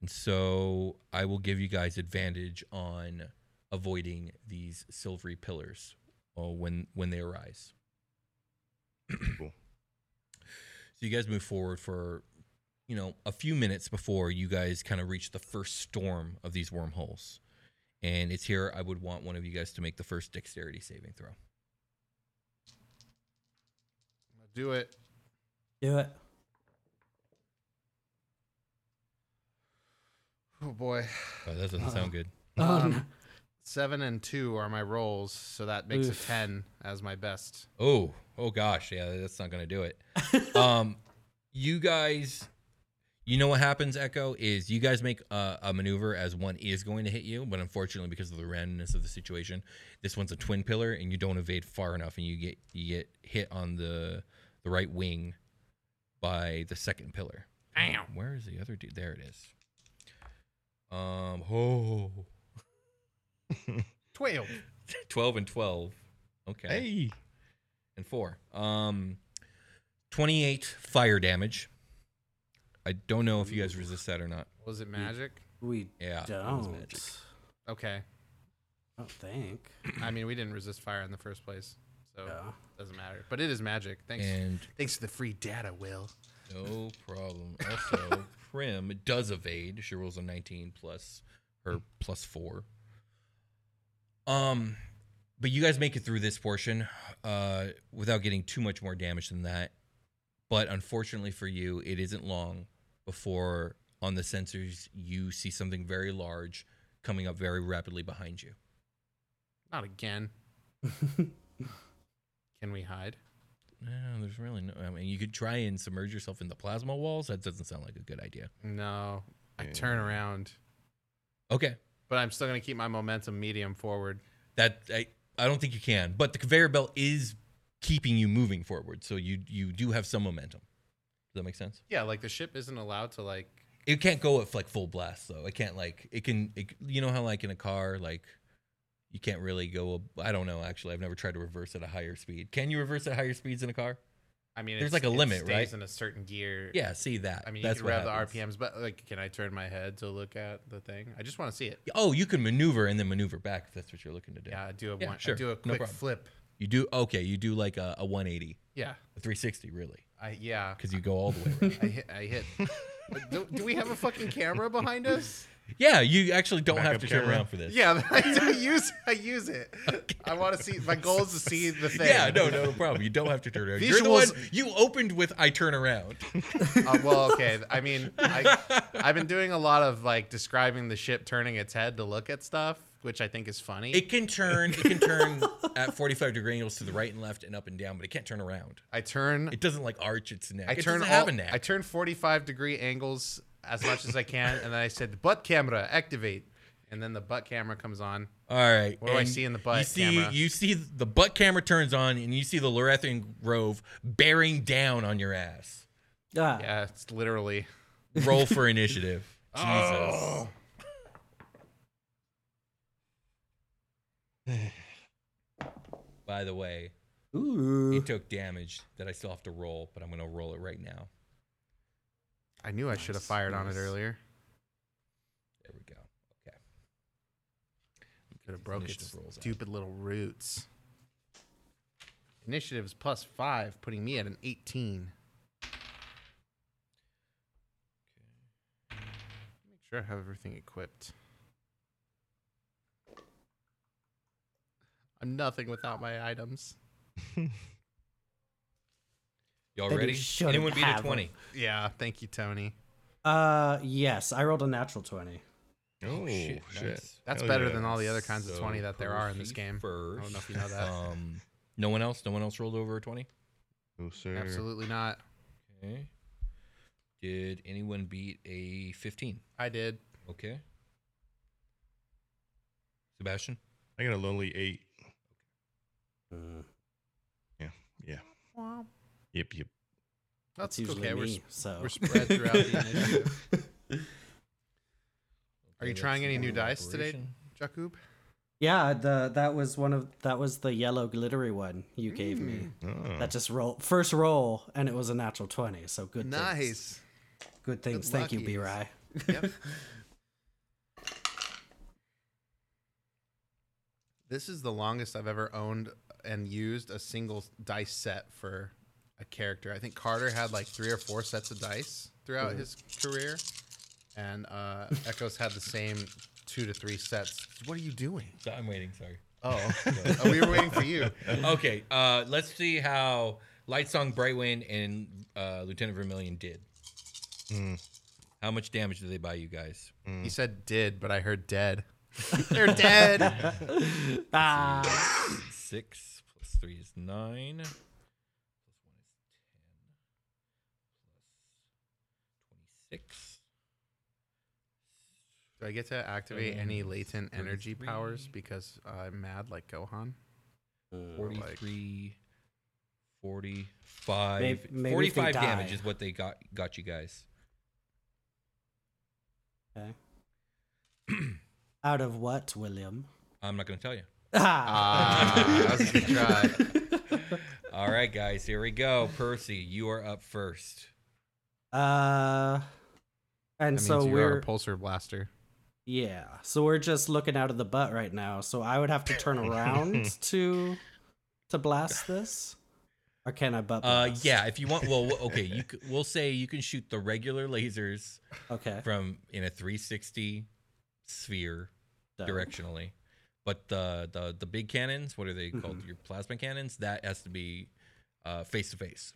S1: and so I will give you guys advantage on avoiding these silvery pillars uh, when when they arise.
S2: Cool.
S1: So you guys move forward for you know a few minutes before you guys kind of reach the first storm of these wormholes. And it's here I would want one of you guys to make the first dexterity saving throw.
S4: Do it.
S3: Do it.
S4: Oh boy,
S1: Oh, that doesn't sound good.
S3: Oh,
S4: Um,
S3: no.
S4: seven and two are my rolls, so that makes
S3: Oof.
S4: a ten as my best.
S1: Oh, oh gosh, yeah, that's not gonna do it. um, you guys, You know what happens, Echo, is you guys make a, a maneuver as one is going to hit you, but unfortunately, because of the randomness of the situation, this one's a twin pillar, and you don't evade far enough, and you get you get hit on the the right wing by the second pillar. Um,
S4: Ow.
S1: Where is the other dude? There it is. Um, oh,
S4: Twelve.
S1: 12 and twelve. Okay,
S2: Hey,
S1: and four. Um, twenty-eight fire damage. I don't know if you guys resist that or not.
S4: Was it magic?
S3: We
S1: Yeah, it was
S3: don't.
S1: magic.
S4: Okay.
S3: I don't think.
S4: I mean, we didn't resist fire in the first place, so
S3: Yeah.
S4: doesn't matter. But it is magic. Thanks.
S1: And
S4: Thanks to the free data, Will.
S1: No problem. Also, Prim does evade. She rolls a 19 plus her plus four. Um, but you guys make it through this portion uh, without getting too much more damage than that. But unfortunately for you, it isn't long before on the sensors you see something very large coming up very rapidly behind you.
S4: Not again. Can we hide?
S1: No, there's really no. I mean, you could try and submerge yourself in the plasma walls. That doesn't sound like a good idea.
S4: No. I turn around,
S1: Okay,
S4: but I'm still gonna keep my momentum medium forward.
S1: that I, I don't think you can. But the conveyor belt is keeping you moving forward, so you you do have some momentum. Does that make sense?
S4: Yeah, like the ship isn't allowed to like.
S1: It can't go at like full blast though. It can't like it can. It, you know how like in a car like you can't really go. ab- I don't know actually. I've never tried to reverse at a higher speed. Can you reverse at higher speeds in a car?
S4: I mean,
S1: There's
S4: it's-
S1: like a
S4: it
S1: limit,
S4: stays
S1: right?
S4: In a certain gear.
S1: Yeah, see that.
S4: I mean,
S1: that's
S4: you
S1: what
S4: can grab
S1: happens.
S4: the RPMs, but like, can I turn my head to look at the thing? I just want to see it.
S1: Oh, you can maneuver and then maneuver back if that's what you're looking to do.
S4: Yeah, I do a
S1: Yeah,
S4: one,
S1: sure.
S4: I do
S1: No
S4: a quick
S1: problem.
S4: flip.
S1: You do okay. You do like a, a 180,
S4: Yeah,
S1: a 360 really,
S4: I yeah.
S1: because you go all the way. around.
S4: I hit. I hit. But do, do we have a fucking camera behind us?
S1: yeah, you actually don't have
S2: Backup
S1: to turn
S2: camera.
S1: around for this.
S4: Yeah, I do use. I use it. I want to see. My goal is to see the thing.
S1: Yeah, no, no, no problem. You don't have to turn around. You're the one,
S4: Visuals-
S1: you opened with I turn around.
S4: Uh, well, okay. I mean, I, I've been doing a lot of like describing the ship turning its head to look at stuff, which I think is funny.
S1: It can turn. It can turn at 45 degree angles to the right and left and up and down, but it can't turn around.
S4: I turn.
S1: It doesn't like arch its neck.
S4: I
S1: it
S4: turn
S1: doesn't
S4: all,
S1: have a neck.
S4: I turn 45 degree angles as much as I can, and then I said, "Butt camera, activate." And then the butt camera comes on.
S1: all right.
S4: What do I
S1: and
S4: see in the butt
S1: You see,
S4: camera?
S1: you see the butt camera turns on, and you see the Lorethian Grove bearing down on your ass.
S3: Ah,
S4: Yeah, it's literally.
S1: Roll for initiative. Jesus.
S4: Oh.
S1: By the way,
S3: Ooh.
S1: he took damage that I still have to roll, but I'm gonna roll it right now.
S4: I knew I should have fired on it earlier.
S1: There we go. Okay.
S4: Could have broke
S1: Initiative
S4: its
S1: rolls out.
S4: stupid little roots. Initiatives plus five, putting me at an 18. Make sure I have everything equipped. I'm nothing without my items. Oh,
S1: Y'all
S3: Then you
S1: ready?
S3: shouldn't
S1: Anyone beat a
S3: have 'em.
S1: 20?
S4: Yeah, thank you, Tony.
S3: Uh, yes, I rolled a natural twenty.
S2: oh shit!
S1: shit, nice.
S4: That's
S2: Hell
S4: better
S2: yeah.
S4: than all the other kinds of
S1: So
S4: 20 that there are in this
S1: Percy
S4: game. I don't know if you know that.
S1: Um, no one else. No one else rolled over a twenty.
S2: No, sir.
S4: Absolutely not.
S1: Okay. Did anyone beat a fifteen?
S4: I did.
S1: Okay. Sebastian.
S2: I got a lonely eight.
S3: Mm,
S2: Yeah. Yep. Yep.
S4: That's
S3: that's usually
S4: okay. We're,
S3: me.
S4: sp-
S3: so
S4: we're spread throughout the initiative. Are you
S1: Okay,
S4: trying
S1: that's
S4: any new
S1: one
S4: dice today,
S1: operation.
S4: Jakub?
S3: yeah, the that was one of that was the yellow glittery one you gave me.
S4: Mm.
S2: Oh.
S3: That just roll first roll, and it was a natural twenty. So good. things.
S4: Nice.
S3: Good things.
S4: Good
S3: Thank you, B.
S4: luckies.
S3: Rye.
S4: Yep. this is the longest I've ever owned and used a single dice set for a character. I think Carter had like three or four sets of dice throughout his career, and uh, Echoes had the same two to three sets. What are you doing?
S1: So I'm waiting. Sorry.
S4: Oh, oh, we were waiting for you.
S1: okay. Uh, let's see how Light Song Brightwind and uh, Lieutenant Vermilion did. How much damage did they buy you guys?
S4: You said did, but I heard dead. They're dead.
S3: Ah,
S1: Six plus three is nine. Plus one is ten. Plus six.
S4: Do I get to activate
S1: Seven,
S4: any latent energy
S1: 33.
S4: powers because I'm mad like Gohan?
S3: Uh,
S1: 43 45
S3: Mayb- maybe if they
S1: 45 damage
S3: die.
S1: is what they got got you guys
S3: okay. Out of what, William?
S1: i'm not gonna tell you
S4: Ah, that was a good
S1: all right guys here we go percy you are up first
S3: Uh, and
S4: That means
S3: so
S4: you are
S3: we're
S4: a pulsar blaster.
S3: yeah, so we're just looking out of the butt right now. So I would have to turn around to to blast this, or can I butt?
S1: uh
S3: blast?
S1: yeah if you want well w- okay you c- we'll say you can shoot the regular lasers
S3: Okay.
S1: from in a 360 sphere
S3: so-
S1: directionally but the the the big cannons what are they called your plasma cannons that has to be uh face to face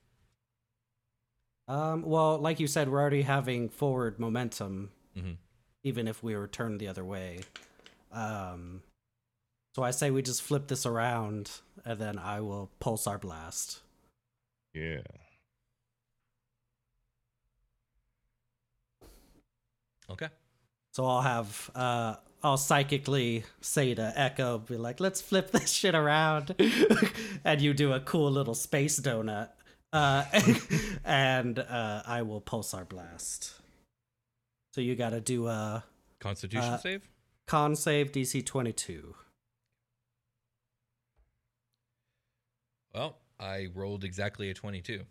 S3: Um. Well, like you said, we're already having forward momentum,
S4: Mm-hmm.
S1: Mhm.
S3: even if we were turned the other way. Um. So I say we just flip this around, and then I will pulsar blast.
S2: Yeah.
S1: okay
S3: So I'll have uh I'll psychically say to Echo, be like, let's flip this shit around and you do a cool little space donut. Uh and uh I will pulsar blast. So you gotta do a
S1: constitution
S3: Uh,
S1: save
S3: con save DC twenty two.
S1: Well, I rolled exactly a 22.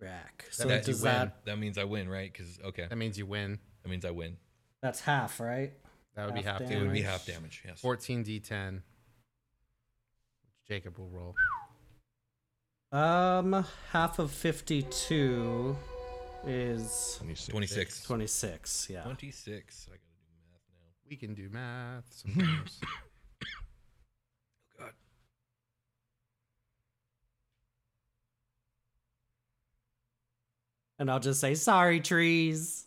S3: Frack. So
S1: that,
S3: does
S1: you win.
S3: that
S1: that means I win, right? Because, okay,
S4: That means you win.
S1: that means I win.
S3: that's half, right?
S4: That would be
S3: Half
S4: half
S1: It would be
S4: damage.
S3: damage.
S1: half damage, yes.
S4: 14d10. Which Jacob will roll.
S3: Um half of fifty two is
S2: 26.
S1: 26.
S3: twenty six, yeah.
S1: 26. I gotta do math now.
S4: We can do math sometimes.
S1: God.
S3: And I'll just say, sorry, trees.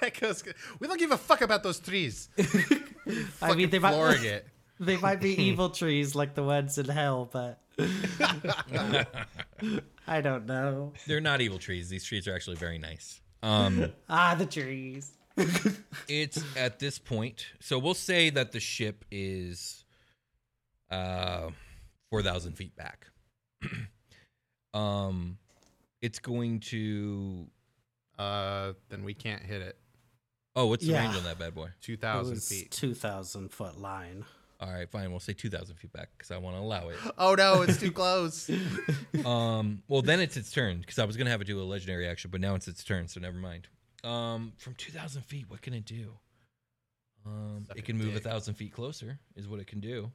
S4: Echo's- we don't give a fuck about those trees.
S3: I mean, they
S4: Flooring
S3: might,
S4: it.
S3: they might be evil trees like the ones in hell, but I don't know.
S1: They're not evil trees. These trees are actually very nice. Um,
S3: Ah, the trees.
S1: it's at this point. So we'll say that the ship is uh, 4,000 feet back. um, it's going to.
S4: Uh, then we can't hit it.
S1: Oh, what's the
S3: Yeah.
S1: range on that bad boy?
S3: It
S4: 2,000
S3: was
S4: feet.
S3: 2,000 foot line.
S1: All right, fine. We'll say 2,000 feet back because I want to allow it.
S4: Oh no, it's too close.
S1: Um, well, then it's its turn because I was gonna have it do a legendary action, but now it's its turn, so never mind. Um, from two thousand feet, what can it do? Um,
S4: Suck
S1: it
S4: a
S1: can move a
S4: dick.
S1: thousand feet closer, is what it can do.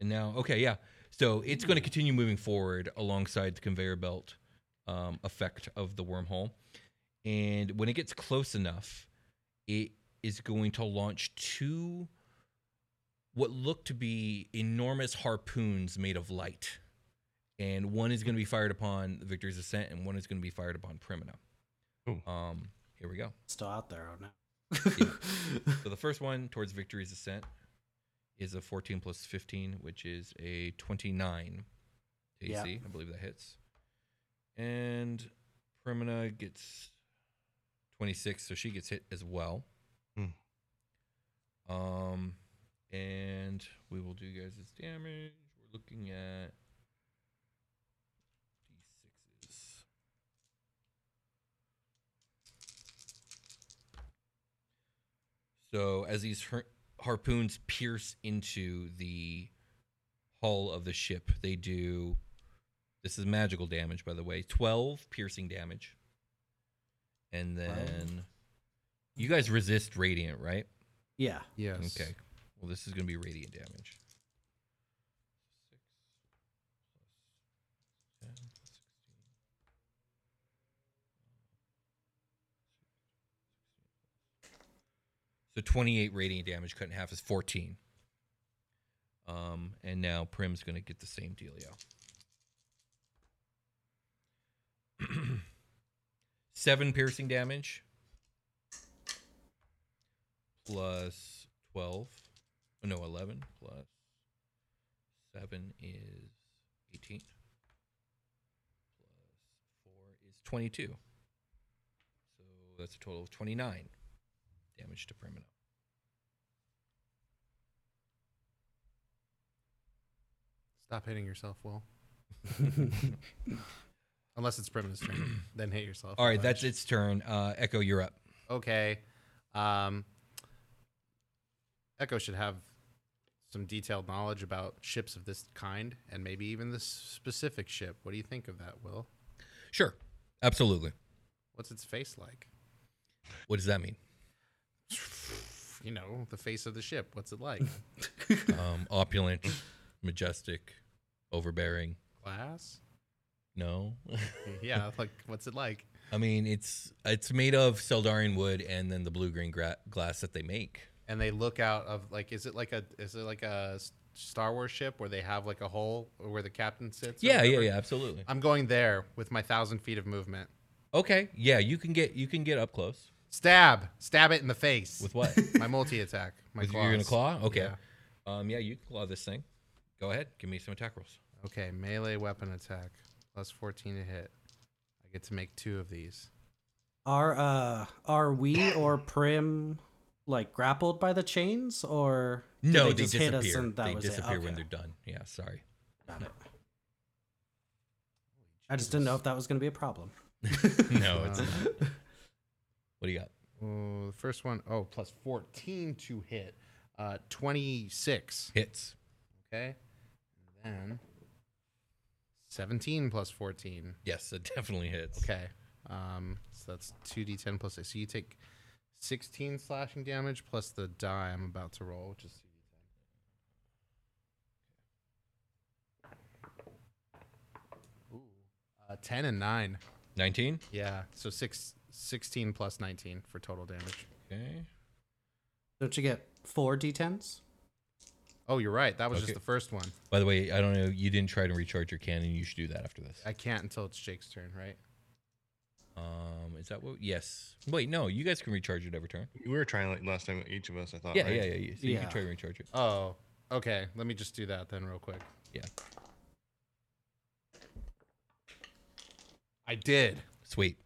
S1: And now, okay, yeah. So it's going to
S4: Hmm.
S1: continue moving forward alongside the conveyor belt um, effect of the wormhole, and when it gets close enough, it is going to launch two what look to be enormous harpoons made of light and one is going to be fired upon Victor's Ascent, and one is going to be fired upon Primina.
S2: Ooh.
S1: Um, here we go.
S3: Still out there, oh no.
S1: So the first one towards Victory's Ascent is a 14 plus 15, which is a 29 AC.
S3: Yeah.
S1: I believe that hits. And Primina gets 26, so she gets hit as well.
S2: Hmm.
S1: Um, and we will do guys' damage. We're looking at d6s. So as these har- harpoons pierce into the hull of the ship, they do. This is magical damage, by the way. Twelve piercing damage, and then you guys resist radiant, right?
S3: Yeah.
S4: Yes.
S1: Okay. Well, this is going to be radiant damage. So 28 radiant damage cut in half is 14. Um, and now Prim's going to get the same dealio. 7 piercing damage plus 12. oh, No, 11 plus 7 is 18. Plus 4 is 22. So that's a total of 29 damage to Primino.
S4: Stop hitting yourself, Will. Unless it's Prim's turn, then hit yourself.
S1: All right,
S4: But-
S1: that's its turn. Uh, Echo, you're up.
S4: okay. Um, Echo should have some detailed knowledge about ships of this kind and maybe even this specific ship. What do you think of that, Will?
S1: Sure. Absolutely.
S4: What's its face like?
S1: What does that mean?
S4: You know, the face of the ship. What's it like?
S1: Um, opulent, majestic, overbearing.
S4: Glass?
S1: No.
S4: Yeah, like what's it like?
S1: I mean, it's it's made of Seldarian wood and then the blue green gra- glass that they make.
S4: and they look out of like is it like a is it like a S- Star Wars ship where they have like a hole where the captain sits? or
S1: Yeah, yeah,
S4: whatever?
S1: yeah, absolutely.
S4: I'm going there with my thousand feet of movement.
S1: Okay, yeah, you can get you can get up close
S4: Stab, stab it in the face
S1: with what?
S4: my multi attack. My
S1: With-
S4: claws.
S1: You're gonna claw? Okay.
S4: Yeah.
S1: Um, yeah, you can claw this thing. Go ahead, give me some attack rolls.
S4: Okay, melee weapon attack plus 14 to hit. I get to make two of these.
S3: Are uh are we or Prim like grappled by the chains or did
S1: No, they,
S3: just hit
S1: disappear.
S3: us and that
S1: they
S3: was
S1: disappear
S3: it?
S1: when
S3: Okay,
S1: they're done. Yeah, sorry.
S3: got it. I just didn't know if that was going to be a problem.
S1: no, it's
S4: Um,
S1: not. What do you got?
S4: Oh, the first one, oh, plus 14 to hit. Uh, 26.
S1: Hits.
S4: Okay. And then 17 plus 14.
S1: Yes, it definitely hits.
S4: Okay. Um, so that's 2d10 plus 8. So you take 16 slashing damage plus the die I'm about to roll, which is 2d10. Ooh. Uh, 10 and 9.
S1: Nineteen.
S4: Yeah. So six, 16 plus 19 for total damage.
S1: Okay.
S3: Don't you get four d10s?
S4: Oh, you're right. That was
S1: Okay.
S4: just the first one.
S1: By the way, I don't know. You didn't try to recharge your cannon. You should do that after this.
S4: I can't until it's Jake's turn, right?
S1: Um, is that what? Yes. Wait, no. You guys can recharge it every turn.
S2: We were trying like last time, each of us. I thought.
S1: yeah,
S2: right?
S1: yeah, yeah, yeah. So you
S3: Uh, Yeah.
S1: can try to recharge it.
S4: Oh, okay. Let me just do that then, real quick.
S1: Yeah.
S4: I did.
S1: Sweet.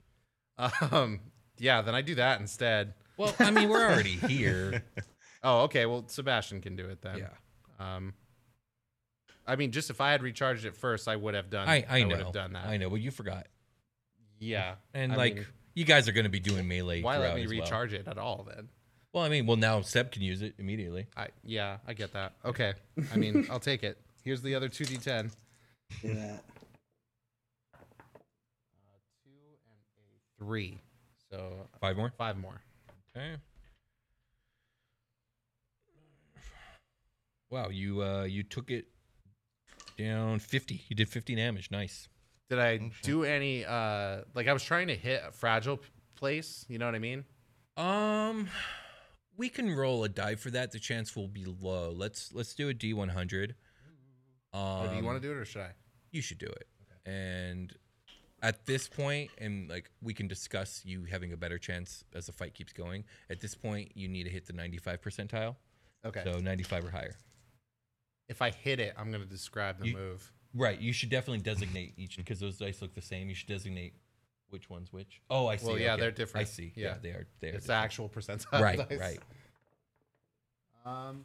S4: Um, yeah, then I do that instead.
S1: Well, I mean, we're already here.
S4: Oh, okay. Well, Sebastian can do it then.
S1: yeah.
S4: Um, I mean, just if I had recharged it first, I would have done.
S1: I, I know.
S4: would have done that.
S1: I know. Well, you forgot.
S4: Yeah.
S1: And
S4: I
S1: like
S4: mean,
S1: you guys are going to be doing melee.
S4: why let
S1: throughout
S4: me
S1: as well.
S4: recharge it at all then?
S1: Well, I mean, well now Seb can use it immediately.
S4: I yeah, I get that. Okay. I mean, I'll take it. Here's the other two d10.
S3: Yeah.
S4: Three. So
S1: Five more.
S4: five more.
S1: Okay. Wow, you uh you took it down fifty. You did fifty damage. Nice.
S4: Did I
S1: Oh,
S4: do any? Uh, like I was trying to hit a fragile p- place. You know what I mean?
S1: Um, we can roll a die for that. The chance will be low. Let's let's do a D one hundred.
S4: Or
S1: Um,
S4: do you want to do it or should I?
S1: You should do it. And at this point, and like we can discuss you having a better chance as the fight keeps going. At this point, you need to hit the ninety five percentile.
S4: Okay.
S1: So ninety five or higher.
S4: if I hit it, I'm gonna describe the
S1: You-
S4: move.
S1: Right. You should definitely designate each because those dice look the same. You should designate which one's which. Oh, I see.
S4: Well, yeah,
S1: okay.
S4: they're different.
S1: I see. Yeah,
S4: Yeah.
S1: they are. They are
S4: It's the
S1: different.
S4: actual percentile.
S1: Right.
S4: dice.
S1: Right.
S4: Um,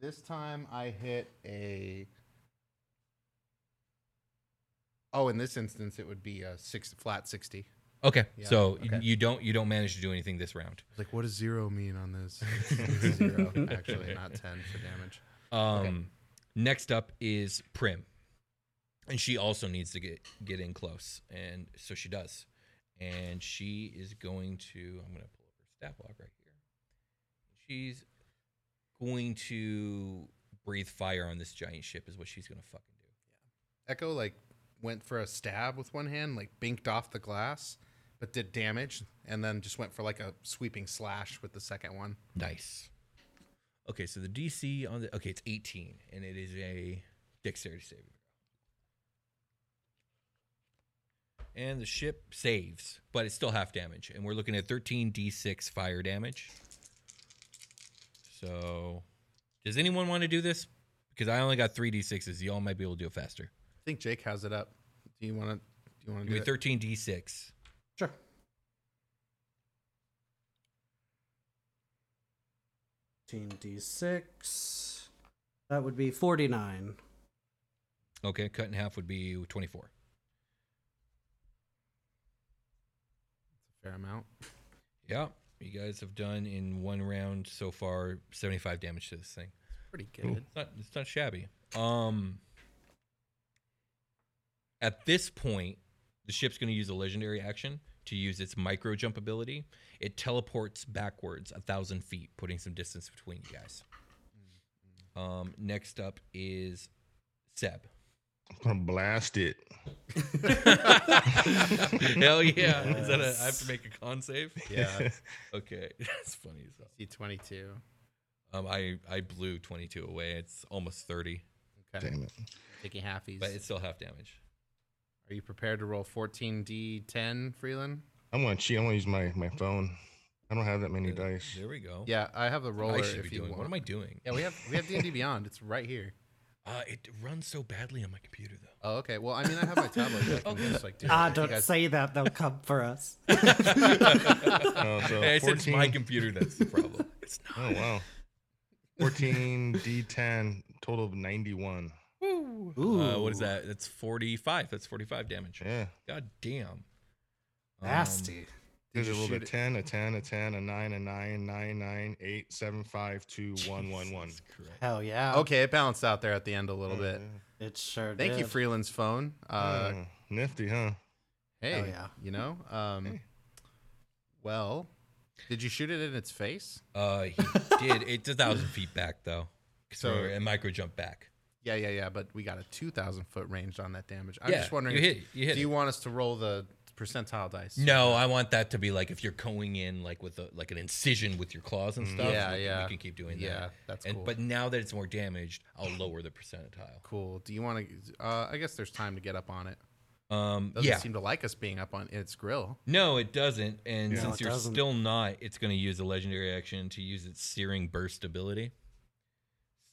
S4: this time I hit a. Oh, in this instance, it would be a six flat sixty.
S1: Okay,
S4: Yeah,
S1: so
S4: okay.
S1: you don't you don't manage to do anything this round.
S4: Like, what does zero mean on this? It's zero, actually, not ten for damage.
S1: Um, Next up is Prim, and she also needs to get get in close, and so she does, and she is going to. I'm going to pull up her stat block right here. She's going to breathe fire on this giant ship. Is what she's going to fucking do.
S4: Echo like went for a stab with one hand, like binked off the glass, but did damage, and then just went for like a sweeping slash with the second one.
S1: Nice. Okay, so the DC on the okay, it's 18, and it is a dexterity saving throw. And the ship saves, but it's still half damage, and we're looking at 13 d6 fire damage. So, does anyone want to do this? Because I only got three d6s. Y'all might be able to do it faster.
S4: I think Jake has it up. Do you want to? Do you want
S1: Give
S4: to
S1: me
S4: do it?
S1: 13 d6.
S3: Sure. Team D6. That would be 49.
S1: Okay, cut in half would be 24.
S4: Fair amount.
S1: Yeah, you guys have done in one round so far 75 damage to this thing.
S4: Pretty good.
S1: It's not, it's not shabby. Um, at this point, the ship's going to use a legendary action to use its micro jump ability. It teleports backwards a thousand feet, putting some distance between you guys. Um, next up is Seb.
S2: I'm gonna blast it.
S1: Hell yeah! Is that a, I have to make a con save?
S4: Yeah.
S1: Okay, that's funny as hell.
S4: C twenty two.
S1: Um, I I blew twenty two away. It's almost thirty,
S4: Okay.
S2: Damn it.
S4: Taking halfies.
S1: but it's still half damage.
S4: Are you prepared to roll fourteen d ten, Freeland?
S2: I'm gonna cheat. I'm gonna use my my phone. I don't have that many dice.
S1: There we go.
S4: Yeah, Oh. I have the roller.
S1: I should
S4: if
S1: be
S4: you
S1: doing.
S4: want.
S1: What am I doing?
S4: Yeah, we have we have D and D Beyond. It's right here.
S1: Uh, it runs so badly on my computer though.
S4: Oh, okay. Well, I mean, I have my tablet. I can just like do. it.
S3: Ah,
S4: You
S3: don't
S4: guys-
S3: say that. They'll come for us.
S2: Uh, so
S1: I said it's my
S2: 14
S1: computer that's the problem. it's not.
S2: Oh wow. 14 D10 total of 91.
S3: Ooh.
S1: Uh, what is that? That's forty five. That's forty five damage.
S2: Yeah.
S1: God damn.
S3: Nasty.
S4: Did
S2: There's a
S4: you
S2: little
S4: shoot
S2: bit
S4: it?
S2: 10, a 10, a 10, a 9, a 9, 9, 9, 8, 7, 5, 2,
S1: Um,
S2: 1, 1, 1.
S3: Hell yeah.
S4: Okay, it balanced out there at the end a little bit.
S3: It sure
S4: Thank you,
S3: did.
S4: Freeland's phone. Uh,
S2: Mm, nifty, huh?
S4: Hey,
S3: Hell Oh, yeah.
S4: you know. Um, well, did you shoot it in its face?
S1: Uh, he did. It's a thousand feet back though.
S4: So-
S1: So and micro jump back.
S4: Yeah, yeah, yeah. But we got a two thousand foot range on that damage. I'm
S1: Yeah,
S4: just wondering.
S1: you
S4: if-
S1: hit- you hit
S4: do you
S1: it.
S4: want us to roll the percentile dice?
S1: No, I want that to be like if you're going in like with a, like an incision with your claws and stuff.
S4: Yeah,
S1: we can-
S4: yeah.
S1: We can keep doing that.
S4: Yeah, that's
S1: and,
S4: cool.
S1: But now that it's more damaged, I'll lower the percentile.
S4: Cool. Do you want to? Uh, I guess there's time to get up on it.
S1: Um,
S4: Doesn't
S1: yeah.
S4: seem to like us being up on its grill.
S1: No, it doesn't. And
S3: No,
S1: since
S3: it
S1: you're
S3: doesn't.
S1: still not, it's going to use a legendary action to use its searing burst ability.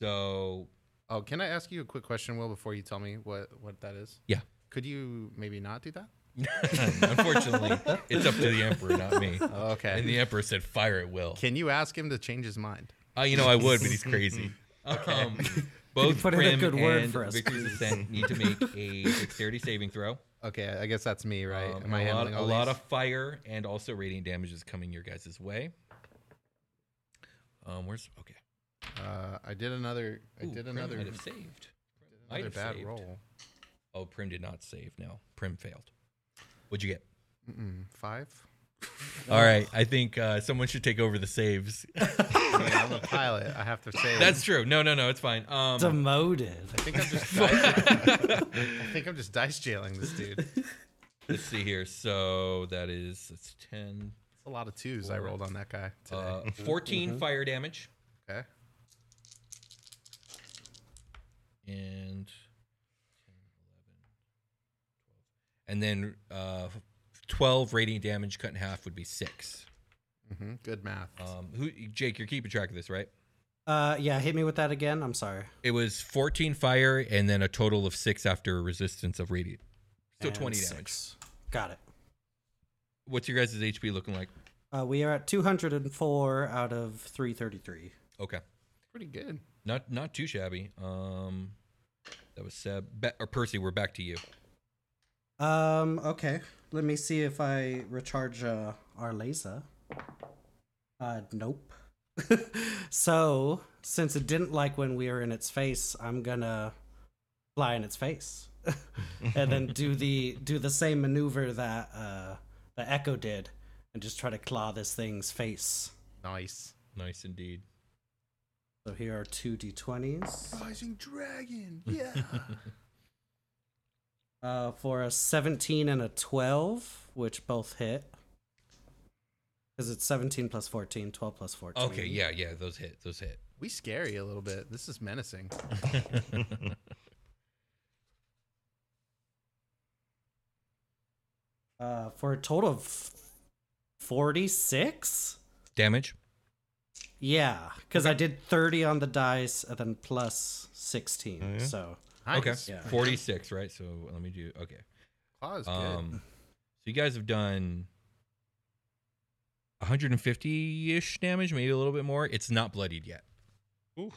S1: So,
S4: Oh, can I ask you a quick question, Will, before you tell me what what that is?
S1: yeah.
S4: Could you maybe not do that?
S1: Unfortunately, it's up to the Emperor, not me.
S4: Okay.
S1: And the Emperor said, fire at will.
S4: Can you ask him to change his mind?
S1: Uh, you know, I would, but he's crazy. Um, both
S3: put in a
S1: Prim
S3: good word
S1: and
S3: for us,
S1: Victor's
S3: please?
S1: Ascent need to make a dexterity saving throw.
S4: Okay, I guess that's me, right?
S1: Um,
S4: Am I
S1: a lot,
S4: handling
S1: a
S4: all
S1: lot
S4: these?
S1: of fire and also radiant damage is coming your guys' way. Um, where's okay?
S4: Uh, I did another. I
S1: Ooh,
S4: did
S1: Prim
S4: another.
S1: Might have saved. Might
S4: another
S1: have
S4: bad
S1: saved.
S4: roll.
S1: Oh, Prim did not save. No, Prim failed. What'd you get?
S4: Mm-mm, five.
S1: All right, I think uh, someone should take over the saves.
S4: I mean, I'm a pilot. I have to say
S1: That's true. No, no, no, it's fine. Um,
S3: Demoted.
S4: I think I'm just. Dice, I think I'm just dice jailing this dude. It's
S1: let's see here. So that is that's ten,
S4: a lot of twos I rolled on that guy today.
S1: uh,
S3: Mm-hmm.
S1: 14 fire damage,
S4: okay.
S1: and 10, 11, 12. and then uh, twelve radiant damage cut in half would be six.
S4: hmm Good math.
S1: Um, who, Jake, you're keeping track of this, right?
S3: Uh, yeah, hit me with that again. I'm sorry.
S1: It was 14 fire and then a total of six after resistance of radiant. So
S3: And
S1: 20
S3: six.
S1: damage.
S3: Got it.
S1: What's your guys' HP looking like?
S3: Uh, we are at 204 out of 333.
S1: Okay.
S4: Pretty good.
S1: Not not too shabby. Um that was Seb Be- or Percy, we're back to you.
S3: Um. Okay. Let me see if I recharge uh, our laser. Uh. Nope. so since it didn't like when we were in its face, I'm gonna fly in its face, and then do the do the same maneuver that uh the Echo did, and just try to claw this thing's face.
S4: Nice.
S1: Nice indeed.
S3: So here are two d20s.
S4: Rising dragon. Yeah.
S3: Uh, for a 17 and a 12, which both hit. Because it's 17 plus 14, 12 plus 14.
S1: Okay, yeah, yeah, those hit, those hit.
S4: we scary a little bit. This is menacing.
S3: Uh, for a total of 46?
S1: Damage.
S3: Yeah, because I did 30 on the dice and then plus 16.
S2: Oh, yeah?
S3: So,
S1: Okay,
S4: Nice.
S3: Yeah.
S1: forty-six, right? So let me do. Okay,
S4: Claws good.
S1: um, so you guys have done 150 ish damage, maybe a little bit more. It's not bloodied yet.
S2: Oof,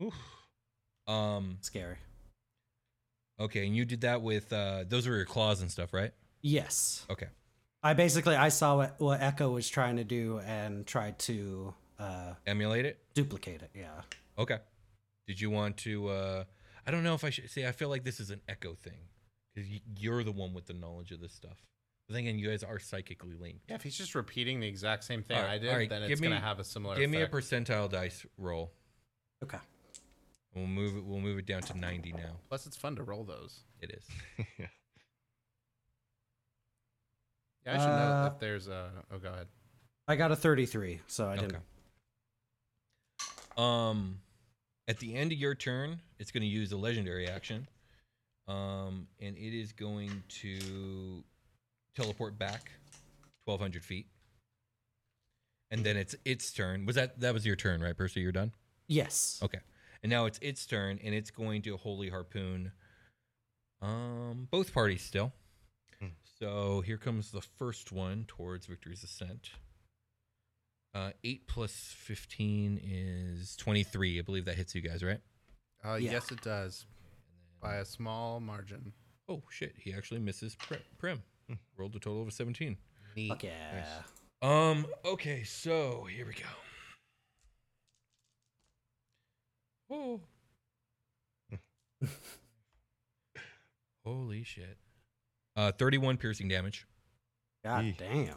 S2: oof.
S1: Um,
S3: scary.
S1: okay, and you did that with uh, those were your claws and stuff, right?
S3: Yes.
S1: Okay,
S3: I basically, I saw what, what Echo was trying to do and tried to uh,
S1: emulate it.
S3: duplicate it. Yeah.
S1: Okay. Did you want to? Uh, I don't know if I should say. I feel like this is an echo thing because you're the one with the knowledge of this stuff. But then again, you guys are psychically linked.
S4: yeah, if he's just repeating the exact same thing
S1: All right,
S4: I did,
S1: all right,
S4: then
S1: give
S4: it's
S1: me-
S4: gonna have a similar.
S1: Give me a
S4: effect.
S1: percentile dice roll.
S3: Okay.
S1: We'll move it. We'll move it down to 90 now.
S4: Plus, it's fun to roll those.
S1: It is.
S2: Yeah.
S4: Yeah, I should know
S3: Uh,
S4: if there's a. Oh, go ahead.
S3: I got a 33, so I didn't.
S1: Um, at the end of your turn, it's going to use a legendary action, um, and it is going to teleport back 1,200 feet, and then it's its turn. Was that that was your turn, right, Percy? You're done.
S3: Yes.
S1: Okay, and now it's its turn, and it's going to holy harpoon. Um, both parties still.
S2: Hmm.
S1: So here comes the first one towards Victory's Ascent. Uh, eight plus fifteen is twenty-three. I believe that hits you guys, right?
S4: Uh,
S3: yeah.
S4: Yes, it does. By a small margin.
S1: Oh shit! He actually misses Prim. Prim. Rolled a total of a seventeen.
S4: Neat.
S3: Fuck yeah.
S1: Um. Okay. So here we go. Oh. Holy shit. Uh, thirty-one piercing damage.
S3: God
S2: Yeesh.
S3: damn.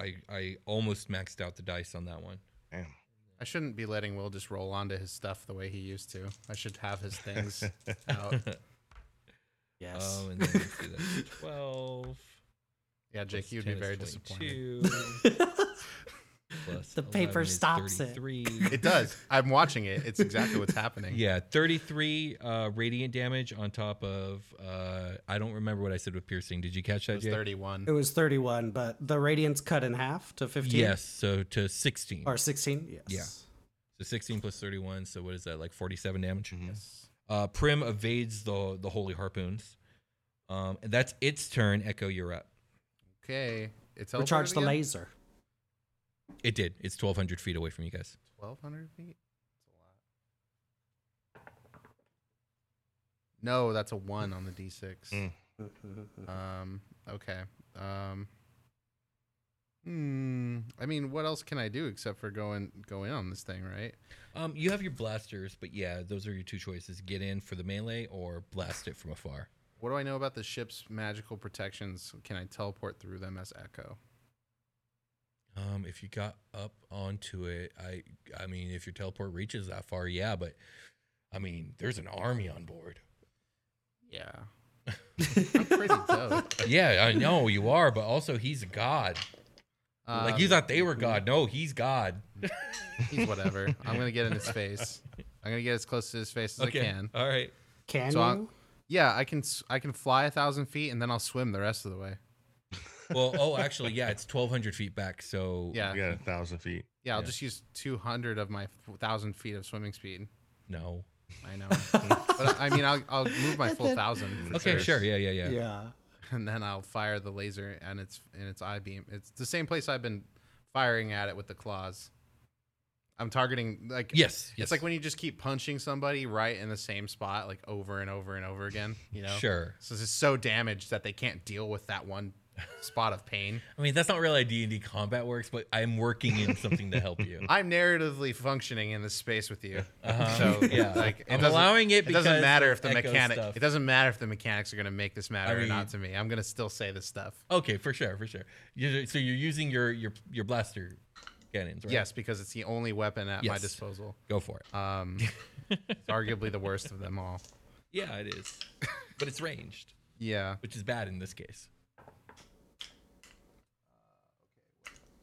S1: I I almost maxed out the dice on that one.
S2: Damn.
S4: I shouldn't be letting Will just roll onto his stuff the way he used to. I should have his things out.
S3: Yes.
S1: Um, and then let's do that. Twelve.
S4: Yeah, Jake, you'd be very disappointed.
S1: the
S3: paper stops it.
S4: It does. I'm watching it. It's exactly what's happening.
S1: Yeah, 33 uh, radiant damage on top of uh, I don't remember what I said with piercing. Did you catch
S4: It
S1: that?
S4: was
S1: Jake?
S4: 31.
S3: it was 31, but the radiance cut in half to 15.
S1: Yes, so to 16.
S3: Or 16? Yes. Yeah.
S1: So 16 plus 31, so what is that? Like 47 damage.
S4: Yes.
S1: Uh, Prim evades the the holy harpoons. Um, and that's its turn. Echo, you're up.
S4: Okay. It's
S3: Recharge
S4: teleported
S3: the
S4: again?
S3: laser.
S1: It did. It's 1200 feet away from you guys.
S4: 1,200 feet? That's a lot. No, that's a 1 on the d6.
S2: Mm.
S4: Um, okay. Um, hmm. I mean, what else can I do except for going go in on this thing, right?
S1: Um, you have your blasters, but yeah, those are your two choices: get in for the melee or blast it from afar.
S4: What do I know about the ship's magical protections? Can I teleport through them as Echo?
S1: Um, if you got up onto it, I I mean, if your teleport reaches that far, yeah, but I mean, there's an army on board.
S4: Yeah. I'm pretty dope.
S1: yeah, I know you are, but also he's a god. like you
S4: Um,
S1: thought they were god. No, he's god.
S4: He's whatever. I'm gonna get in his face. I'm gonna get as close to his face as I can.
S1: All right.
S3: Can
S4: So I-
S3: you?
S4: Yeah, I can. s- I can fly a thousand feet and then I'll swim the rest of the way.
S1: Well, oh, actually, yeah, it's 1,200 feet back. So
S4: Yeah,
S2: I got a thousand feet.
S4: yeah. I'll
S1: yeah.
S4: just use 200 of my thousand feet of swimming speed.
S1: no.
S4: I know, but I mean, I'll, I'll move my full thousand. for
S1: Okay, sure. Yeah, yeah, yeah.
S3: yeah.
S4: And then I'll fire the laser and its and its eye beam. It's the same place I've been firing at it with the claws. I'm targeting like
S1: Yes, yes.
S4: It's like when you just keep punching somebody right in the same spot like over and over and over again. You know.
S1: Sure.
S4: So this is so damaged that they can't deal with that one spot of pain.
S1: I mean, that's not really how D and D combat works, but I'm working in something to help you.
S4: I'm narratively functioning in this space with you.
S1: Uh-huh.
S4: So
S1: Yeah.
S4: yeah, like
S1: I'm
S4: doesn't-
S1: allowing it
S4: It doesn't
S1: because
S4: matter
S1: of
S4: if the
S1: echo
S4: mechanic.
S1: stuff.
S4: It doesn't matter if the mechanics are going to make this matter
S1: mean-
S4: or not to me. I'm going to still say this stuff.
S1: Okay, for sure, for sure. You're, so you're using your your your blaster cannons, right?
S4: Yes, because it's the only weapon at my
S1: Yes.
S4: disposal.
S1: Go for it.
S4: Um, it's arguably the worst of them all.
S1: yeah, it is, but it's ranged,
S4: Yeah.
S1: which is bad in this case.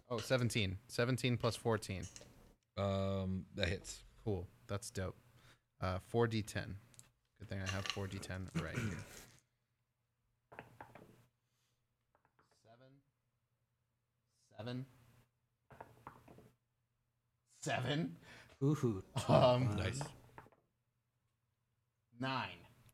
S4: Oh, 17. 17 plus 14.
S1: Um, that hits.
S4: Cool. That's dope. Uh, 4d10. Good thing I have 4d10 right here. Seven. Seven.
S3: Ooh,
S4: Seven. Um,
S1: Nice.
S4: nine.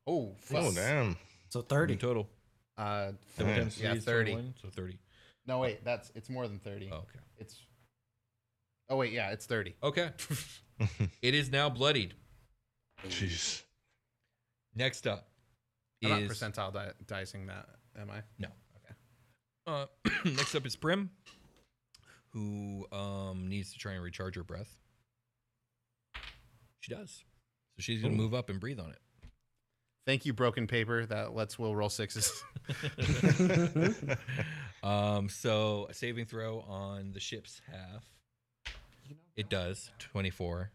S4: Oh,
S2: Oh
S4: fuck.
S2: damn!
S3: so thirty.
S1: In total.
S4: Uh,
S1: Seven
S2: Nice.
S1: times three
S4: Yeah,
S1: is
S4: 30.
S1: 21, so thirty.
S4: no, wait. That's it's more than thirty.
S1: Oh, okay.
S4: It's. Oh wait, yeah, it's thirty.
S1: Okay. it is now bloodied.
S2: Jeez.
S1: Next up
S4: I'm not
S1: is
S4: percentile di- dicing that, am I?
S1: no. Okay. Uh, next up is Prim, who um needs to try and recharge her breath. She does. So she's gonna move up and breathe on it.
S4: Thank you, broken paper. That lets Will roll sixes.
S1: Um, so a saving throw on the ship's half. It does twenty four.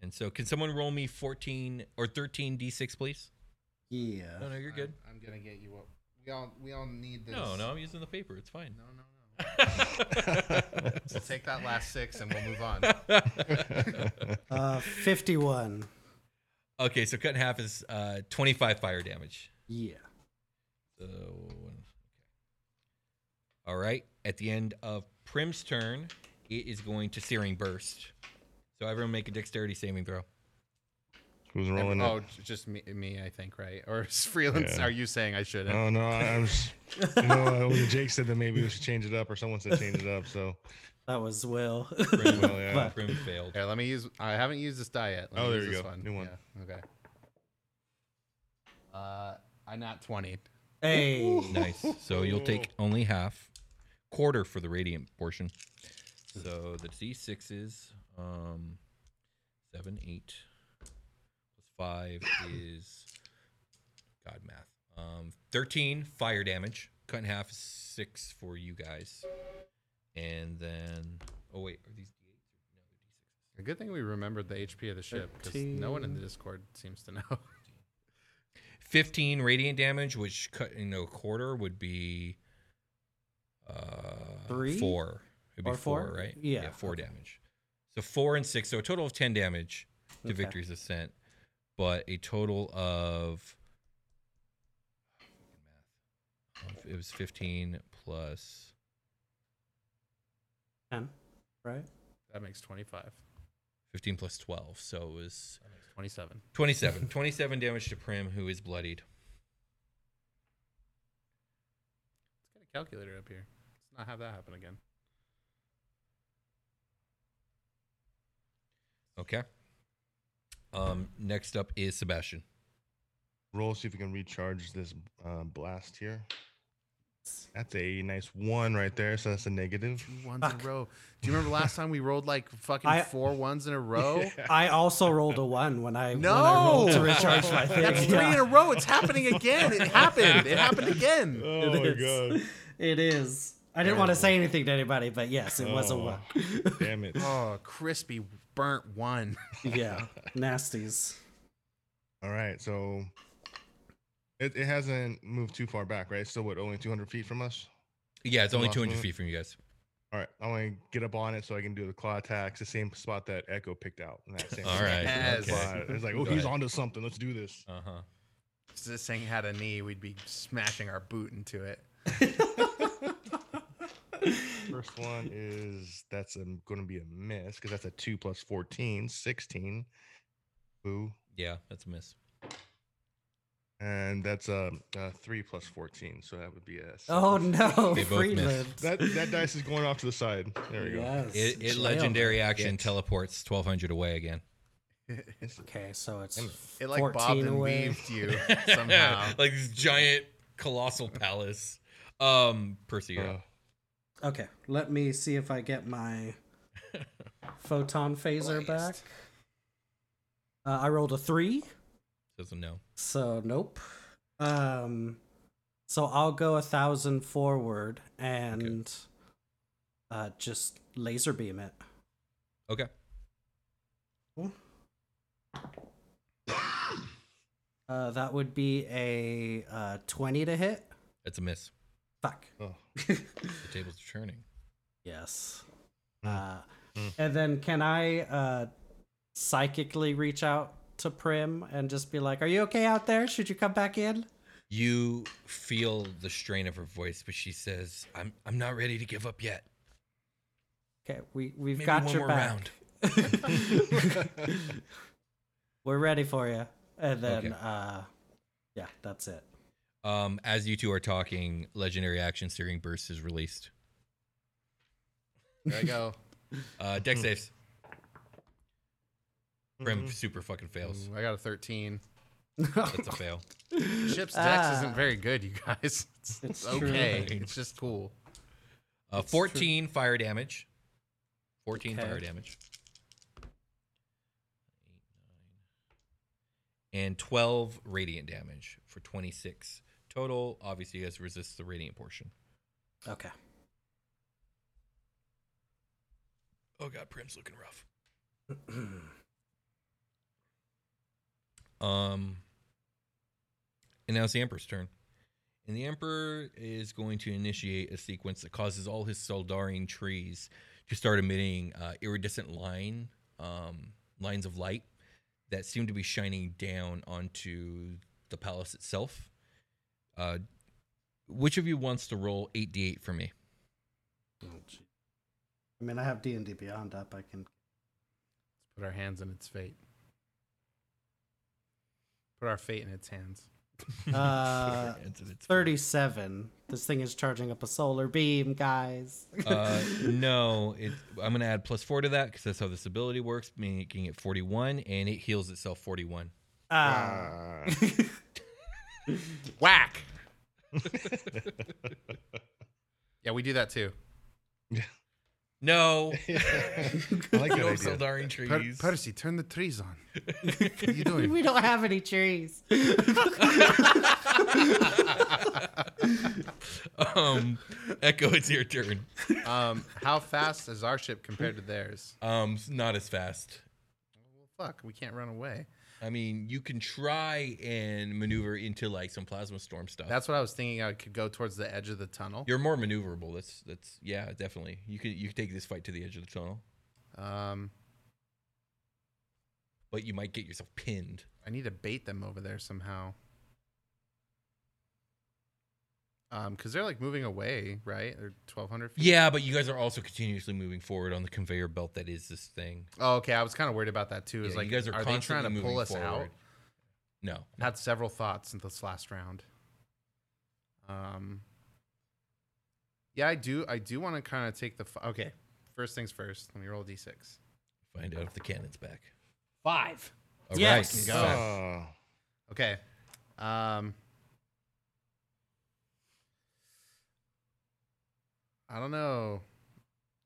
S1: And so, can someone roll me fourteen or thirteen d six, please?
S3: Yeah.
S1: No, no, you're good.
S4: I'm gonna get you up. We all we all need this.
S1: No, no, I'm using the paper. It's fine.
S4: no, no, no. so take that last six and we'll move on.
S3: Uh, fifty-one.
S1: Okay, so cut in half is uh, twenty five fire damage.
S3: Yeah.
S1: So, okay. All right. At the end of Prim's turn, it is going to Searing Burst. So everyone make a dexterity saving throw.
S2: Who's rolling
S4: oh,
S2: it?
S4: j- just me, me, I think, right? Or is freelance?
S2: Yeah.
S4: Are you saying I shouldn't?
S2: Oh no, I, I was. You know, uh, was it Jake said that maybe we should change it up, or someone said change it up. So,
S3: That was Will.
S1: Prim,
S2: well, yeah.
S1: Prim failed.
S4: Here, let me use. I haven't used this die yet. Let
S2: Oh,
S4: me
S2: there
S4: use
S2: you
S4: this
S2: go. New one.
S4: Yeah, okay. Uh, I not twenty.
S3: hey.
S1: Nice. So you'll take only half, quarter for the radiant portion. So the d6s, um, 7, 8, plus 5 is, God, math. Um, 13 fire damage. Cut in half is 6 for you guys. And then, oh, wait, are these d8s?
S4: A good thing we remembered the HP of the ship because no one in the Discord seems to know.
S1: 15 radiant damage, which cut in a quarter would be uh,
S3: Three?
S1: 4. It'd be
S3: Or
S1: 4,
S3: four?
S1: right?
S3: Yeah.
S1: 4 damage. So 4 and 6, so a total of 10 damage to
S3: Okay.
S1: Victory's Ascent, but a total of. It was 15 plus.
S3: Ten, right?
S4: That makes 25.
S1: 15 plus 12, so it was
S4: That makes 27.
S1: 27. 27 damage to Prim, who is bloodied.
S4: Let's get a calculator up here. Let's not have that happen again.
S1: Okay. Um, next up is Sebastian.
S2: Roll see if we can recharge this uh, blast here. That's a nice one right there. So that's a negative.
S4: Two ones in a row. Do you remember last time we rolled like fucking
S3: I-
S4: four ones in a row?
S3: I also rolled a one when I when I
S4: No!
S3: rolled to recharge my thing.
S4: That's three
S3: Yeah.
S4: in a row. It's happening again. It happened. It happened again.
S2: Oh my
S3: It
S2: god!
S3: is. It is. I didn't want to say anything to anybody, but yes, it was a
S2: Oh.
S3: one.
S2: Damn it! All
S4: Oh, crispy burnt one.
S3: Yeah, nasties.
S2: right, so it, it hasn't moved too far back, right? It's Still, what only 200 feet from us?
S1: Yeah, it's only
S2: Last
S1: 200
S2: movement.
S1: feet from you guys.
S2: All right, I want to get up on it so I can do the claw attacks. The same spot that Echo picked out. In that same
S1: All right.
S4: Yes.
S1: Okay.
S2: spot. It's like,
S1: Go
S2: oh, he's
S1: ahead.
S2: onto something. Let's do this.
S1: Uh huh.
S4: If this thing had a knee, we'd be smashing our boot into it.
S2: First one is that's going to be a miss because that's a 2 plus 14, 16. Boo.
S1: Yeah, that's a miss.
S2: and that's a, uh three plus fourteen, so that would be a. six.
S3: Oh no,
S1: They both
S3: Freeland.
S2: That that dice is going off to the side. There we go.
S3: Yes.
S1: It, it
S3: jail.
S1: legendary action
S4: Yes.
S1: teleports 1200 away again.
S3: Okay, so it's
S4: It like
S3: 14
S4: bobbed and
S3: away.
S4: weaved you somehow.
S1: like this giant colossal palace. Um, Percy, you're
S2: Uh,
S1: up.
S3: Okay, let me see if I get my photon phaser back.
S4: Blast.
S3: Uh, I rolled a three,
S1: doesn't know.
S3: so nope. Um, so I'll go a thousand forward and uh, just laser beam it.
S1: Okay.
S3: Uh, that would be a uh, twenty to hit.
S1: That's a miss.
S3: Fuck.
S2: oh.
S1: The tables are turning.
S3: Yes.
S1: Hmm.
S2: Mm.
S3: Uh,
S2: Mm.
S3: And then can I uh, psychically reach out to Prim and just be like, "Are you okay out there? Should you come back in?"
S1: You feel the strain of her voice, but she says, "I'm I'm not ready to give up yet.
S3: Okay, we we've
S1: Maybe
S3: got
S1: one more
S3: your back.
S1: round."
S3: We're ready for you. And then,
S1: Okay.
S3: uh, yeah, that's it.
S1: Um, as you two are talking, legendary action searing burst is released.
S4: there I go.
S1: Uh, deck saves. Prim super fucking fails.
S4: Ooh, I got a 13.
S1: That's a fail.
S4: Ship's dex
S3: Ah.
S4: isn't very good, you guys. It's,
S3: It's
S4: okay.
S1: true.
S4: It's just cool.
S1: Uh, 14 fire damage. 14
S3: Okay.
S1: fire damage. And 12 radiant damage for 26 total. Obviously, you guys resist the radiant portion.
S3: Okay.
S1: Oh, God, Prim's looking rough. um, and now it's the Emperor's turn. And the Emperor is going to initiate a sequence that causes all his Soldarine trees to start emitting uh, iridescent line um, lines of light that seem to be shining down onto the palace itself. Uh, which of you wants to roll 8d8 for me?
S3: I mean, I have D and D Beyond up. I can.
S4: Put our hands in its fate. Put our fate in its hands.
S3: Uh,
S1: It's- it's-
S3: Thirty-seven. This thing is charging up a solar beam, guys.
S1: uh, no, it, I'm going to add plus four to that because that's how this ability works, making it 41, and it heals itself 41.
S3: Ah.
S4: Whack! yeah, we do that too.
S1: No,
S2: I like
S1: no
S2: that idea.
S1: Soldarin
S4: Per-
S1: trees.
S4: Percy, turn the trees on. what are you doing?
S3: we don't have any trees.
S1: um, Echo, it's your turn.
S4: Um, how fast is our ship compared to theirs?
S1: Um, s- not as fast.
S4: Well, fuck, we can't run away.
S1: I mean, you can try and maneuver into like some plasma storm stuff.
S4: That's what I was thinking. I could go towards the edge of the tunnel.
S1: you're more maneuverable. That's that's yeah, definitely. You can you can take this fight to the edge of the tunnel,
S4: Um,
S1: but you might get yourself pinned.
S4: I need to bait them over there somehow. Um, because they're like moving away, right? They're twelve hundred feet.
S1: Yeah, but you guys are also continuously moving forward on the conveyor belt that is this thing.
S4: Oh, okay. I was kind of worried about that too. Is
S1: Yeah,
S4: like,
S1: you guys are,
S4: are they
S1: constantly
S4: trying to
S1: moving
S4: pull us
S1: forward.
S4: out?
S1: No,
S4: I had several thoughts in this last round. Um, yeah, I do. I do want to kind of take the. F- okay, first things first. Let me roll a d6.
S1: find out if the cannon's back.
S3: Five.
S1: All right.
S3: Yes.
S4: Go.
S2: Oh.
S4: Okay. Um I don't know.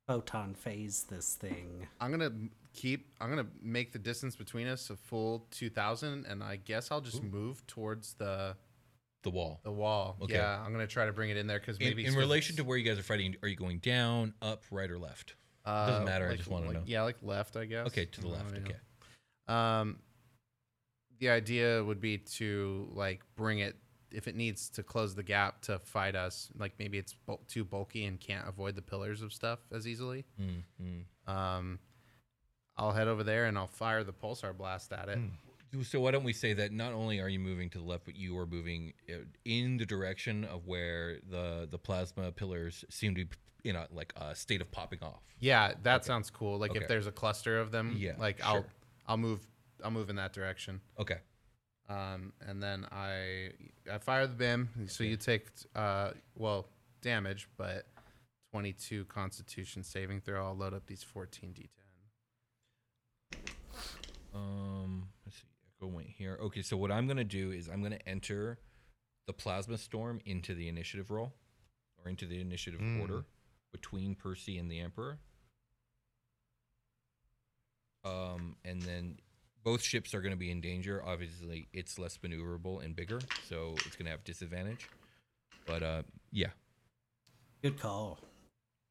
S3: Photon phase this thing.
S4: I'm going to keep I'm going to make the distance between us a full 2000 and I guess I'll just move towards the
S1: The wall.
S4: the wall.
S1: Okay.
S4: Yeah, I'm going to try to bring it in there cuz
S1: In,
S4: maybe
S1: in relation to where you guys are fighting, are you going down, up, right, or left?
S4: uh,
S1: doesn't matter, I
S4: like-
S1: just wanna
S4: like-
S1: know.
S4: Yeah, like left, I guess.
S1: Okay, to the
S4: Oh,
S1: left.
S4: yeah.
S1: Okay.
S4: Um, the idea would be to like bring it if it needs to close the gap to fight us. Like maybe it's bul- too bulky and can't avoid the pillars of stuff as easily.
S1: Mm, mm.
S4: Um, I'll head over there and I'll fire the pulsar blast at
S1: Hmm.
S4: it.
S1: So why don't we say that not only are you moving to the left, but you are moving uh, in the direction of where the the plasma pillars seem to be in a like a state of popping off.
S4: Yeah, that sounds cool. Like
S1: Okay.
S4: if there's a cluster of them,
S1: Yeah,
S4: like I'll
S1: sure.
S4: I'll move I'll move in that direction.
S1: Okay.
S4: Um, and then I I fire the BIM, so you take uh well damage, but 22 Constitution saving throw. I'll load up these 14 d10.
S1: Um, let's see. Echo went here. Okay, so what I'm gonna do is I'm gonna enter the plasma storm into the initiative roll, or into the initiative
S4: Hmm.
S2: Mm.
S1: order between Percy and the Emperor. Um, and then both ships are gonna be in danger. Obviously, it's less maneuverable and bigger, so it's gonna have disadvantage. But uh, yeah,
S3: Good call.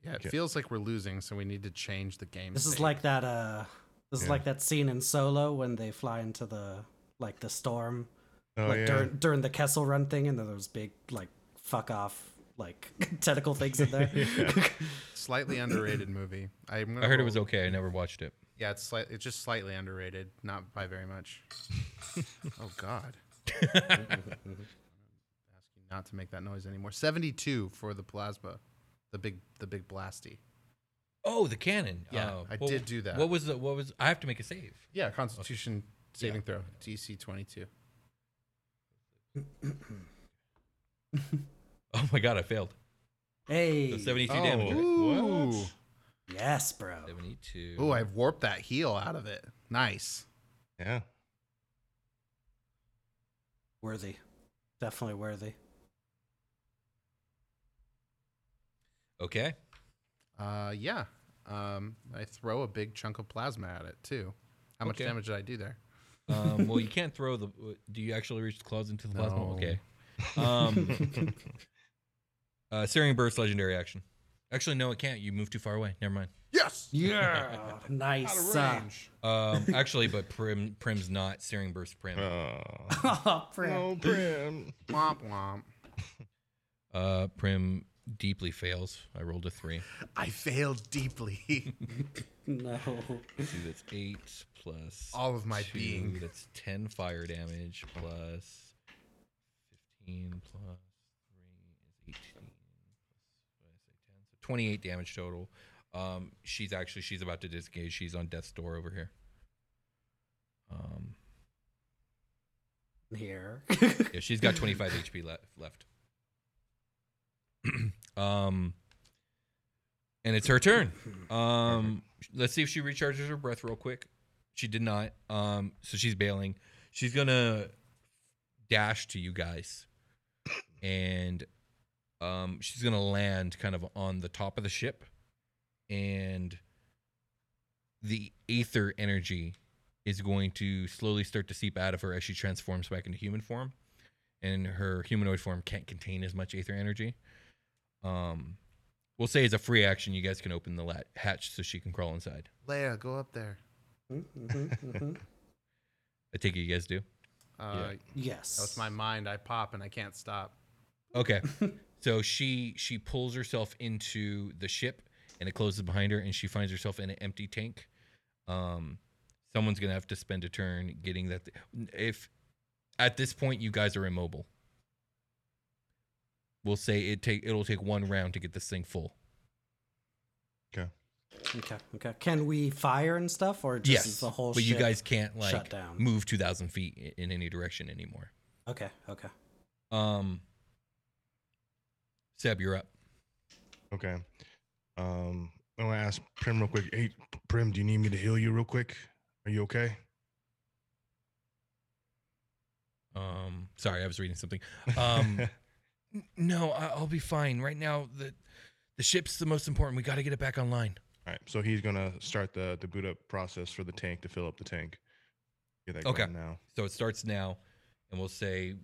S4: Yeah, it
S2: Okay.
S4: feels like we're losing, so we need to change the game.
S3: This is
S4: state.
S3: like that uh this is
S2: Yeah.
S3: like that scene in Solo when they fly into the like the storm
S2: Oh
S3: like
S2: yeah.
S3: during during the Kessel Run thing and then those big like fuck off like tentacle things in there.
S4: slightly underrated movie. I'm gonna
S1: I heard it
S4: roll-
S1: was okay. I never watched it.
S4: Yeah, it's slight, it's just slightly underrated, not by very much. oh God. Ask you not to make that noise anymore. Seventy-two for the plasma, the big the big blasty.
S1: Oh, the cannon.
S4: Yeah,
S1: Oh,
S4: I
S1: what-
S4: did do that.
S1: What was the? What was? I have to make a save.
S4: Yeah, Constitution saving
S1: Yeah.
S4: throw, DC twenty-two.
S1: Oh my god, I failed. So
S3: hey.
S1: 72
S4: Oh.
S1: damage. right?
S4: Ooh.
S2: What?
S3: Yes, bro.
S1: 72.
S4: Ooh, I've warped that heel out of it. Nice.
S2: Yeah.
S3: Worthy. Definitely worthy.
S1: Okay.
S4: Uh, yeah. Um, I throw a big chunk of plasma at it too. How much
S1: Okay.
S4: damage did I do there?
S1: Um, well, you can't throw the. Do you actually reach the claws into the plasma?
S4: No.
S1: Okay. Um, uh, Searing Burst legendary action. Actually, no, it can't. You move too far away. Never mind.
S4: Yes.
S3: Yeah. Oh, nice. uh,
S1: Um, actually, but Prim Prim's not Searing Burst Prim.
S2: Oh.
S3: oh, frick.
S2: No, Prim.
S4: Womp womp.
S1: Uh, Prim deeply fails. I rolled a three.
S4: I failed deeply.
S3: No.
S1: Let's see, that's eight plus
S4: All of my
S1: two.
S4: being.
S1: That's ten fire damage plus fifteen plus three is eighteen. Plus, what did I say, ten? So twenty-eight damage total. Um, she's actually she's about to disengage. She's on death's door over here. Um,
S3: Here. Mm-hmm,
S1: yeah, she's got twenty-five HP le- left. um, and it's her turn. Um, let's see if she recharges her breath real quick. She did not. Um, so she's bailing. She's gonna dash to you guys, and um, she's gonna land kind of on the top of the ship, and the aether energy is going to slowly start to seep out of her as she transforms back into human form, and her humanoid form can't contain as much aether energy. Um, we'll say as a free action, you guys can open the lat- hatch so she can crawl inside.
S4: Leia, go up there.
S3: Mhm, mhm, mhm.
S1: I take it you guys do.
S4: Uh,
S3: Yes.
S4: That was my mind. I pop and I can't stop.
S1: Okay. so she she pulls herself into the ship and it closes behind her and she finds herself in an empty tank. Um someone's going to have to spend a turn getting that if at this point you guys are immobile. We'll say it take it'll take one round to get this thing full.
S2: Okay.
S3: Okay. Okay. Can we fire and stuff, or just is the whole?
S1: but you
S3: ship-
S1: guys can't like
S3: shut down?
S1: move 2000 feet i- in any direction anymore.
S3: Okay. Okay.
S1: Um Seb, you're up.
S2: Okay. Um, I want to ask Prim real quick. Hey, Prim, do you need me to heal you real quick? Are you okay?
S1: Um, sorry, I was reading something. Um, n- no, I- I'll be fine. Right now, the the ship's the most important. We got to get it back online.
S2: All right. So he's gonna start the the boot up process for the tank to fill up the tank. Get that
S1: Okay.
S2: going now.
S1: So it starts now, and we'll say,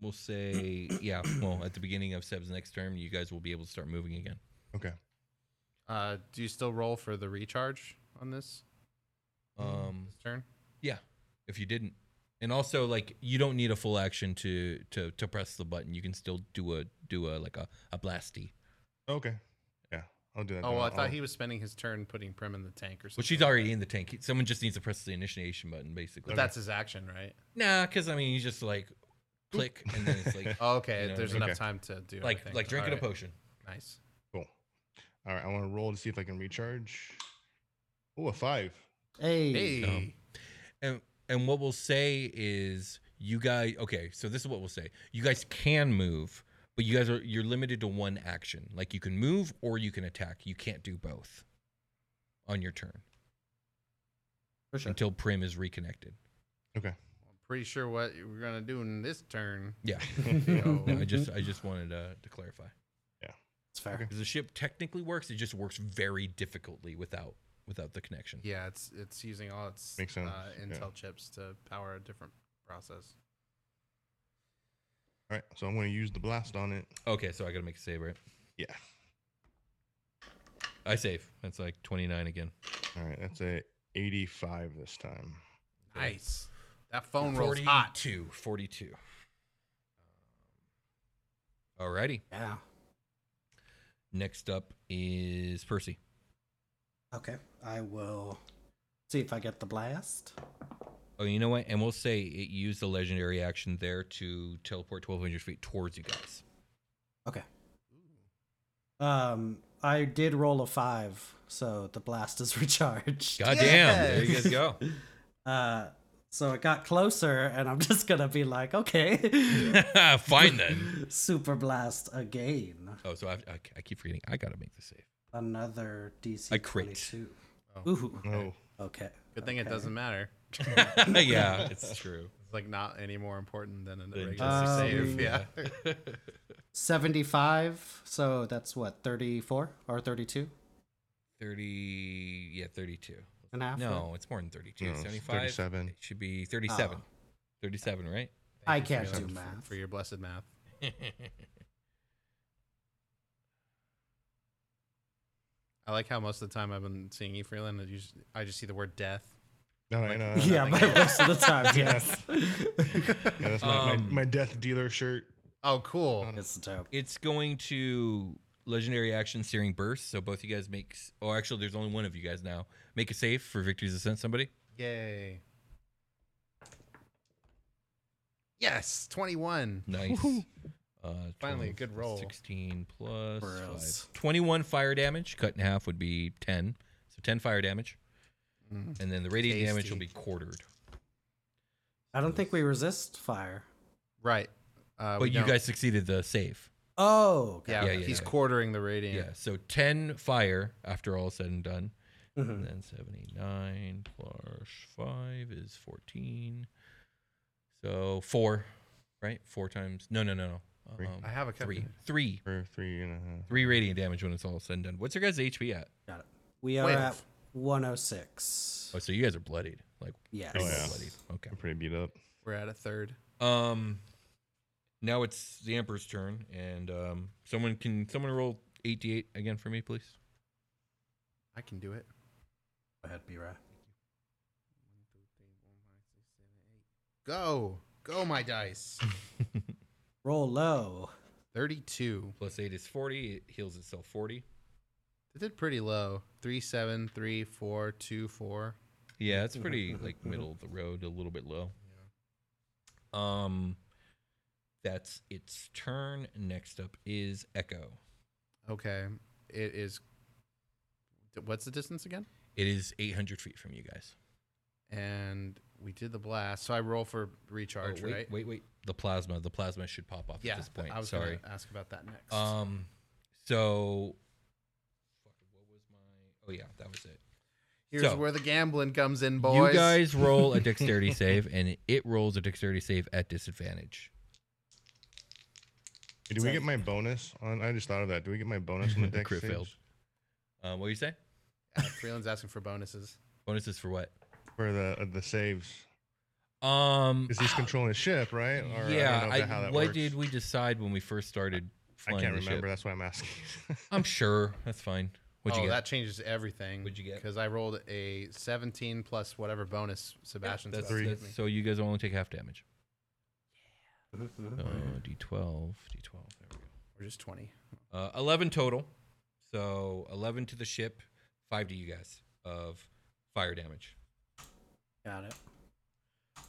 S1: we'll say, yeah. Well, at the beginning of Seb's next term, you guys will be able to start moving again.
S2: Okay.
S4: Uh, do you still roll for the recharge on this,
S1: Um,
S4: this turn?
S1: yeah, if you didn't, and also like you don't need a full action to to to press the button. You can still do a do a like a a blasty.
S2: Okay. Yeah, I'll do that.
S4: Oh,
S2: then.
S4: well, I
S2: I'll-
S4: thought he was spending his turn putting Prim in the tank or something.
S1: Well, she's
S4: like
S1: already
S4: that.
S1: in the tank. Someone just needs to press the initiation button, basically.
S4: But that's his action, right?
S1: Nah, because I mean, you just like click, and then it's like
S4: Oh, okay,
S1: You know,
S4: there's
S1: okay.
S4: enough time to do
S1: like
S4: everything.
S1: like drinking
S4: Alright,
S1: a potion.
S4: Nice.
S2: Cool. All right. I want to roll to see if I can recharge. Oh, a five.
S3: Hey.
S4: Hey,
S1: And and what we'll say is you guys okay so this is what we'll say you guys can move but you guys are you're limited to one action like you can move or you can attack you can't do both on your turn
S3: For sure.
S1: until prim is reconnected
S2: Okay.
S4: I'm pretty sure what we're gonna do in this turn.
S1: yeah
S4: Yo.
S1: No, i just i just wanted uh, to clarify
S3: It's fair.
S1: because the ship technically works it just works very difficultly without without the connection
S4: Yeah, it's it's using all its
S2: Makes sense,
S4: Uh,
S2: yeah.
S4: Intel chips to power a different process.
S2: All right. So I'm going to use the blast on it.
S1: okay so i gotta make a save right
S2: Yeah.
S1: i save that's like 29 again
S2: All right. That's a 85 this time.
S4: Nice. That phone rolls hot.
S1: 42 42 Um, alrighty
S3: Yeah.
S1: Next up is Percy.
S3: Okay. I will see if I get the blast.
S1: Oh, you know what? And we'll say it used the legendary action there to teleport 1,200 feet towards you guys.
S3: Okay. Um, I did roll a five, so the blast is recharged.
S1: Goddamn! There you guys go.
S3: Uh, so it got closer, and I'm just gonna be like, okay,
S1: Fine then.
S3: super blast again.
S1: Oh, so I, I, I keep forgetting. I gotta make the save.
S3: Another DC.
S1: I crit.
S3: 22.
S4: Oh.
S3: Ooh.
S2: No.
S3: Okay.
S4: Good thing it
S3: okay.
S4: doesn't matter.
S1: yeah, it's true.
S4: It's like not any more important than a
S1: Than
S4: regular
S1: just
S3: a
S4: save.
S3: save,
S4: Yeah.
S3: 75, so that's what, 34 or 32
S1: 30, yeah, 32.
S3: and a half?
S1: No, it's more than 32.
S2: No, it's
S1: 75.
S2: 37.
S1: It should be 37.
S3: Oh.
S1: 37, right?
S3: I
S4: Thank you for
S3: can't
S4: your-
S3: do
S4: for-
S3: math.
S4: For your blessed math. I like how most of the time I've been seeing E Freeland, I just, I just see the word death.
S2: No, no, no, no, no.
S3: Yeah, but most of the time, yes.
S2: Yeah, that's my,
S1: Um,
S2: my, my death dealer shirt.
S4: Oh, cool.
S3: it's dope.
S1: It's going to legendary action searing burst. So both you guys make. s- Oh, actually, there's only one of you guys now. Make a save for victories ascent. Somebody.
S4: Yay. Yes, 21.
S1: Nice. Uh,
S4: Finally, a good roll.
S1: 16 plus
S3: Gross.
S1: five. 21 fire damage. Cut in half would be 10. So 10 fire damage.
S4: Mm.
S1: And then the radiant damage will be
S4: Tasty.
S1: quartered.
S3: I don't think we resist fire.
S4: Right. Uh, we
S1: but you
S4: don't-
S1: guys succeeded the save.
S3: Oh, okay.
S4: Yeah,
S1: Yeah, yeah,
S4: he's
S1: yeah.
S4: quartering the radiant.
S1: Yeah. So 10 fire after all said and done.
S3: Mhm.
S1: And then 79 plus 5 is 14. So 4, right? 4 times. No, no, Um, no, no.
S2: Three.
S4: I have a couple.
S1: 3. 3.
S2: For three and a half.
S1: 3 radiant damage when it's all said and done. What's your guys' HP at?
S3: Got it. We are
S4: Twelve.
S3: at 106.
S1: Oh, so you guys are bloodied. Like
S3: Yes.
S2: Oh,
S1: yeah.
S2: yeah.
S1: bloodied. Okay.
S2: I'm pretty beat up.
S4: We're at a third.
S1: Um now it's the emperor's turn and um someone can someone roll 88 again for me, please.
S4: I can do it.
S3: Go ahead, B-Ra.
S4: Go. Go, my dice.
S3: Roll low.
S4: 32.
S1: Plus 8 is 40. It heals itself 40.
S4: It did pretty low. Three, seven, three, four, two, four. Mm-hmm.
S1: Yeah, it's pretty like middle of the road, a little bit low. Um, that's its turn. Next up is Echo.
S4: Okay. It is. What's the distance again?
S1: It is 800 feet from you guys.
S4: And we did the blast. So I roll for
S1: Oh,
S4: recharge,
S1: wait,
S4: right?
S1: wait, wait. The plasma. The plasma should pop off
S4: yeah.
S1: at this point.
S4: I was
S1: Sorry.
S4: gonna ask about that next.
S1: Um, so. fuck, What was my? Oh yeah, that was it.
S4: Here's
S1: so-
S4: where the gambling comes in, boys.
S1: You guys roll a dexterity save, and it rolls a dexterity save at disadvantage.
S2: Do we get my bonus on? I just thought of that. Do we get my bonus on the deck?
S1: Crit failed. Um, what do you say?
S4: Uh, Freeland's asking for bonuses.
S1: Bonuses for what?
S2: for the uh, the saves?
S1: Um,
S2: Because he's controlling the ship, right? Or I don't
S1: yeah,
S2: know
S1: I
S2: that- how that
S1: what
S2: works.
S1: did we decide when we first started
S2: I
S1: flying
S2: can't
S1: the ship?
S2: remember. That's why I'm asking.
S1: I'm sure that's fine. What'd
S4: oh,
S1: you
S4: that
S1: get?
S4: changes everything.
S1: What'd you get?
S4: Because I rolled a 17 plus whatever bonus Sebastian
S1: That's,
S4: said.
S1: that's- so you guys only take half damage. Uh, So D12, D12. There we
S4: Or just 20.
S1: go. Uh, 11 total. So 11 to the ship, 5 to you guys of fire damage.
S3: Got it.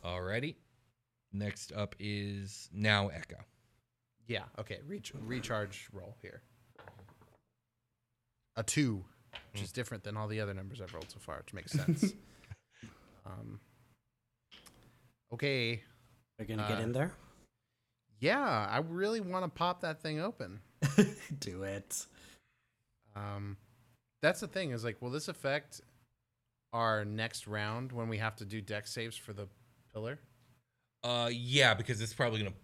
S1: Alrighty. Next up is now Echo.
S4: Yeah. Okay. Reach, recharge roll here. A two, which
S1: Hmm.
S4: is different than all the other numbers I've rolled so far, which makes sense. um, Okay.
S3: We're gonna get
S4: Uh,
S3: in there.
S4: Yeah, I really want to pop that thing open.
S3: Do it.
S4: Um, that's the thing is like, will this affect our next round when we have to do deck saves for the pillar?
S1: Uh, yeah, because it's probably gonna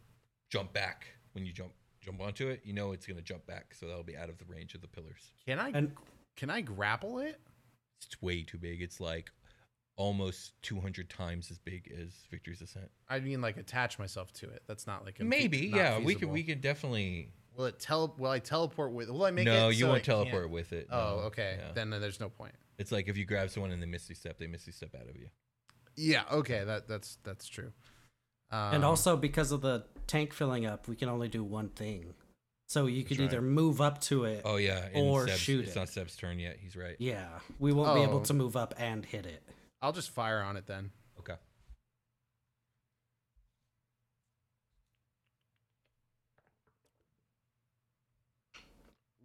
S1: jump back when you jump jump onto it. You know it's gonna jump back, so that'll be out of the range of the pillars.
S4: Can I
S3: And
S4: can I grapple it?
S1: It's way too big. It's like almost 200 times as big as Victor's Ascent.
S4: I mean, like attach myself to it. That's not like a fe-
S1: Maybe,
S4: not
S1: yeah. We can
S4: feasible.
S1: we can definitely.
S4: Will it tele? Will I teleport with? Will I make it?
S1: no,
S4: so
S1: you
S4: I
S1: won't
S4: can't-
S1: teleport with it.
S4: Oh,
S1: no,
S4: okay.
S1: yeah.
S4: Then there's no point.
S1: it's like if you grab someone and they misty step, they misty step out of you.
S4: Yeah. Okay. That that's that's true. Um,
S3: and also because of the tank filling up, we can only do one thing. So you could
S2: right.
S3: either move up to it.
S1: Oh yeah, and
S3: Or
S1: Seb's-
S3: shoot
S1: It's
S3: it.
S1: not Seb's turn yet. He's right.
S3: Yeah, we won't be able
S4: Oh.
S3: to move up and hit it.
S4: I'll just fire on it then.
S1: Okay.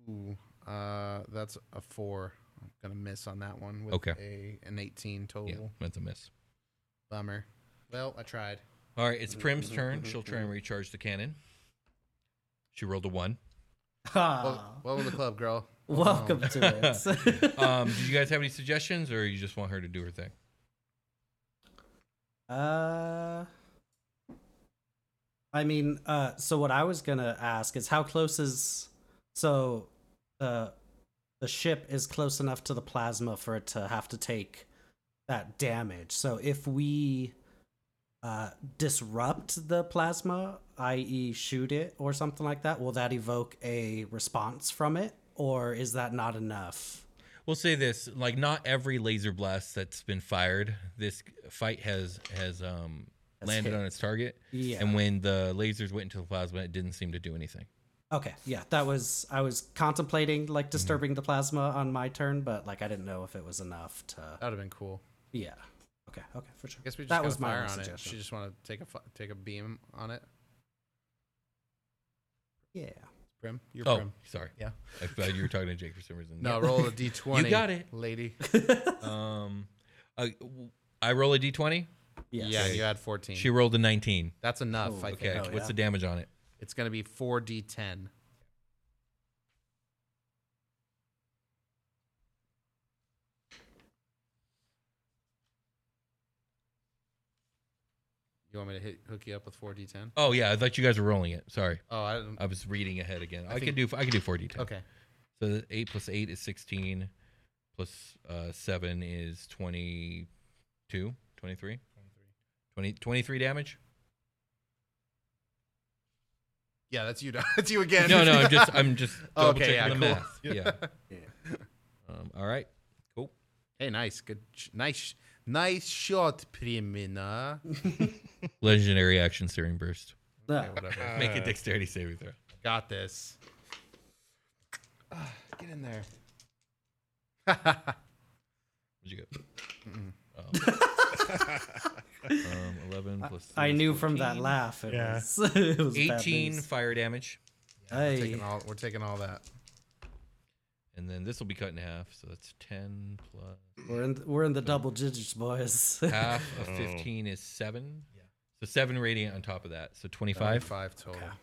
S4: Ooh, uh, that's a four. I'm gonna miss on that one with
S1: Okay.
S4: a an 18 total.
S1: Yeah, that's a miss.
S4: Bummer. Well, I tried.
S1: All right, it's
S4: Mm-hmm,
S1: Prim's turn. She'll try and recharge the cannon. She rolled a one.
S3: Ah,
S4: Well, welcome to the club, girl.
S3: welcome
S4: Um,
S3: to it.
S1: Um, do you guys have any suggestions, or you just want her to do her thing?
S3: uh, I mean, uh, so what I was gonna ask is how close is so the the ship is close enough to the plasma for it to have to take that damage. So if we uh, disrupt the plasma, i.e., shoot it or something like that, will that evoke a response from it, or is that not enough?
S1: We'll say this: like, not every laser blast that's been fired this fight has has um
S3: Has
S1: landed
S3: hit.
S1: on its target.
S3: Yeah.
S1: And when the lasers went into the plasma, it didn't seem to do anything.
S3: Okay, yeah, that was I was contemplating
S1: Mm-hmm.
S3: like disturbing the plasma on my turn, but like I didn't know if it was enough to.
S4: That would have been cool.
S3: Yeah. Okay. Okay. For sure.
S4: I guess we just
S3: that
S4: gotta
S3: was my
S4: fire
S3: only
S4: on it.
S3: suggestion.
S4: She just want to take a fi- take a beam on it.
S3: Yeah.
S4: Prim, you're
S1: oh,
S4: prim.
S1: sorry.
S4: Yeah.
S1: I thought you were talking to Jake for some reason.
S4: No, roll a d20.
S1: You got it.
S4: lady.
S1: Um, I, I roll a d20.
S3: Yes.
S4: Yeah, you had 14.
S1: She rolled a 19.
S4: That's enough.
S3: Oh,
S4: I
S1: Okay,
S4: think.
S3: Oh,
S1: what's
S3: yeah.
S1: the damage on it?
S4: It's gonna be 4d10. You want me to hit, hook you up with 4d10?
S1: Oh yeah, I thought you guys were rolling it. Sorry,
S4: Oh, I don't.
S1: I was reading ahead again.
S4: I
S1: I, could
S4: think-
S1: do I could do 4d10.
S4: Okay.
S1: So the eight plus eight is 16, plus uh, seven is 22, 23, 20, 23 damage.
S4: Yeah, that's you. That's you again.
S1: No, no, I'm just I'm just double
S4: Okay,
S1: checking
S4: yeah,
S1: the
S4: cool.
S1: math. Yeah. Um, all right. Cool.
S4: hey, nice, good, sh- nice, sh- nice shot, Primina.
S1: Legendary action searing burst.
S3: No.
S4: Okay, whatever.
S1: Make a
S2: Uh,
S1: dexterity saving throw.
S4: Got this. Ah, get in there.
S1: What'd you get? Oh. um, 11 plus. three
S3: I
S1: is
S3: knew from that
S1: 14.
S3: laugh it
S2: Yeah.
S3: was. it was bad
S1: 18
S3: news.
S1: fire damage.
S4: We're
S3: Hey.
S4: taking all, we're taking all that.
S1: And then this will be cut in half. So that's 10 plus.
S3: We're in we're in the double digits, boys.
S1: Half of
S2: Oh.
S1: 15 is 7. Yeah. So 7 radiant on top of that. So 25.
S4: Five, five total. Oh
S3: Okay.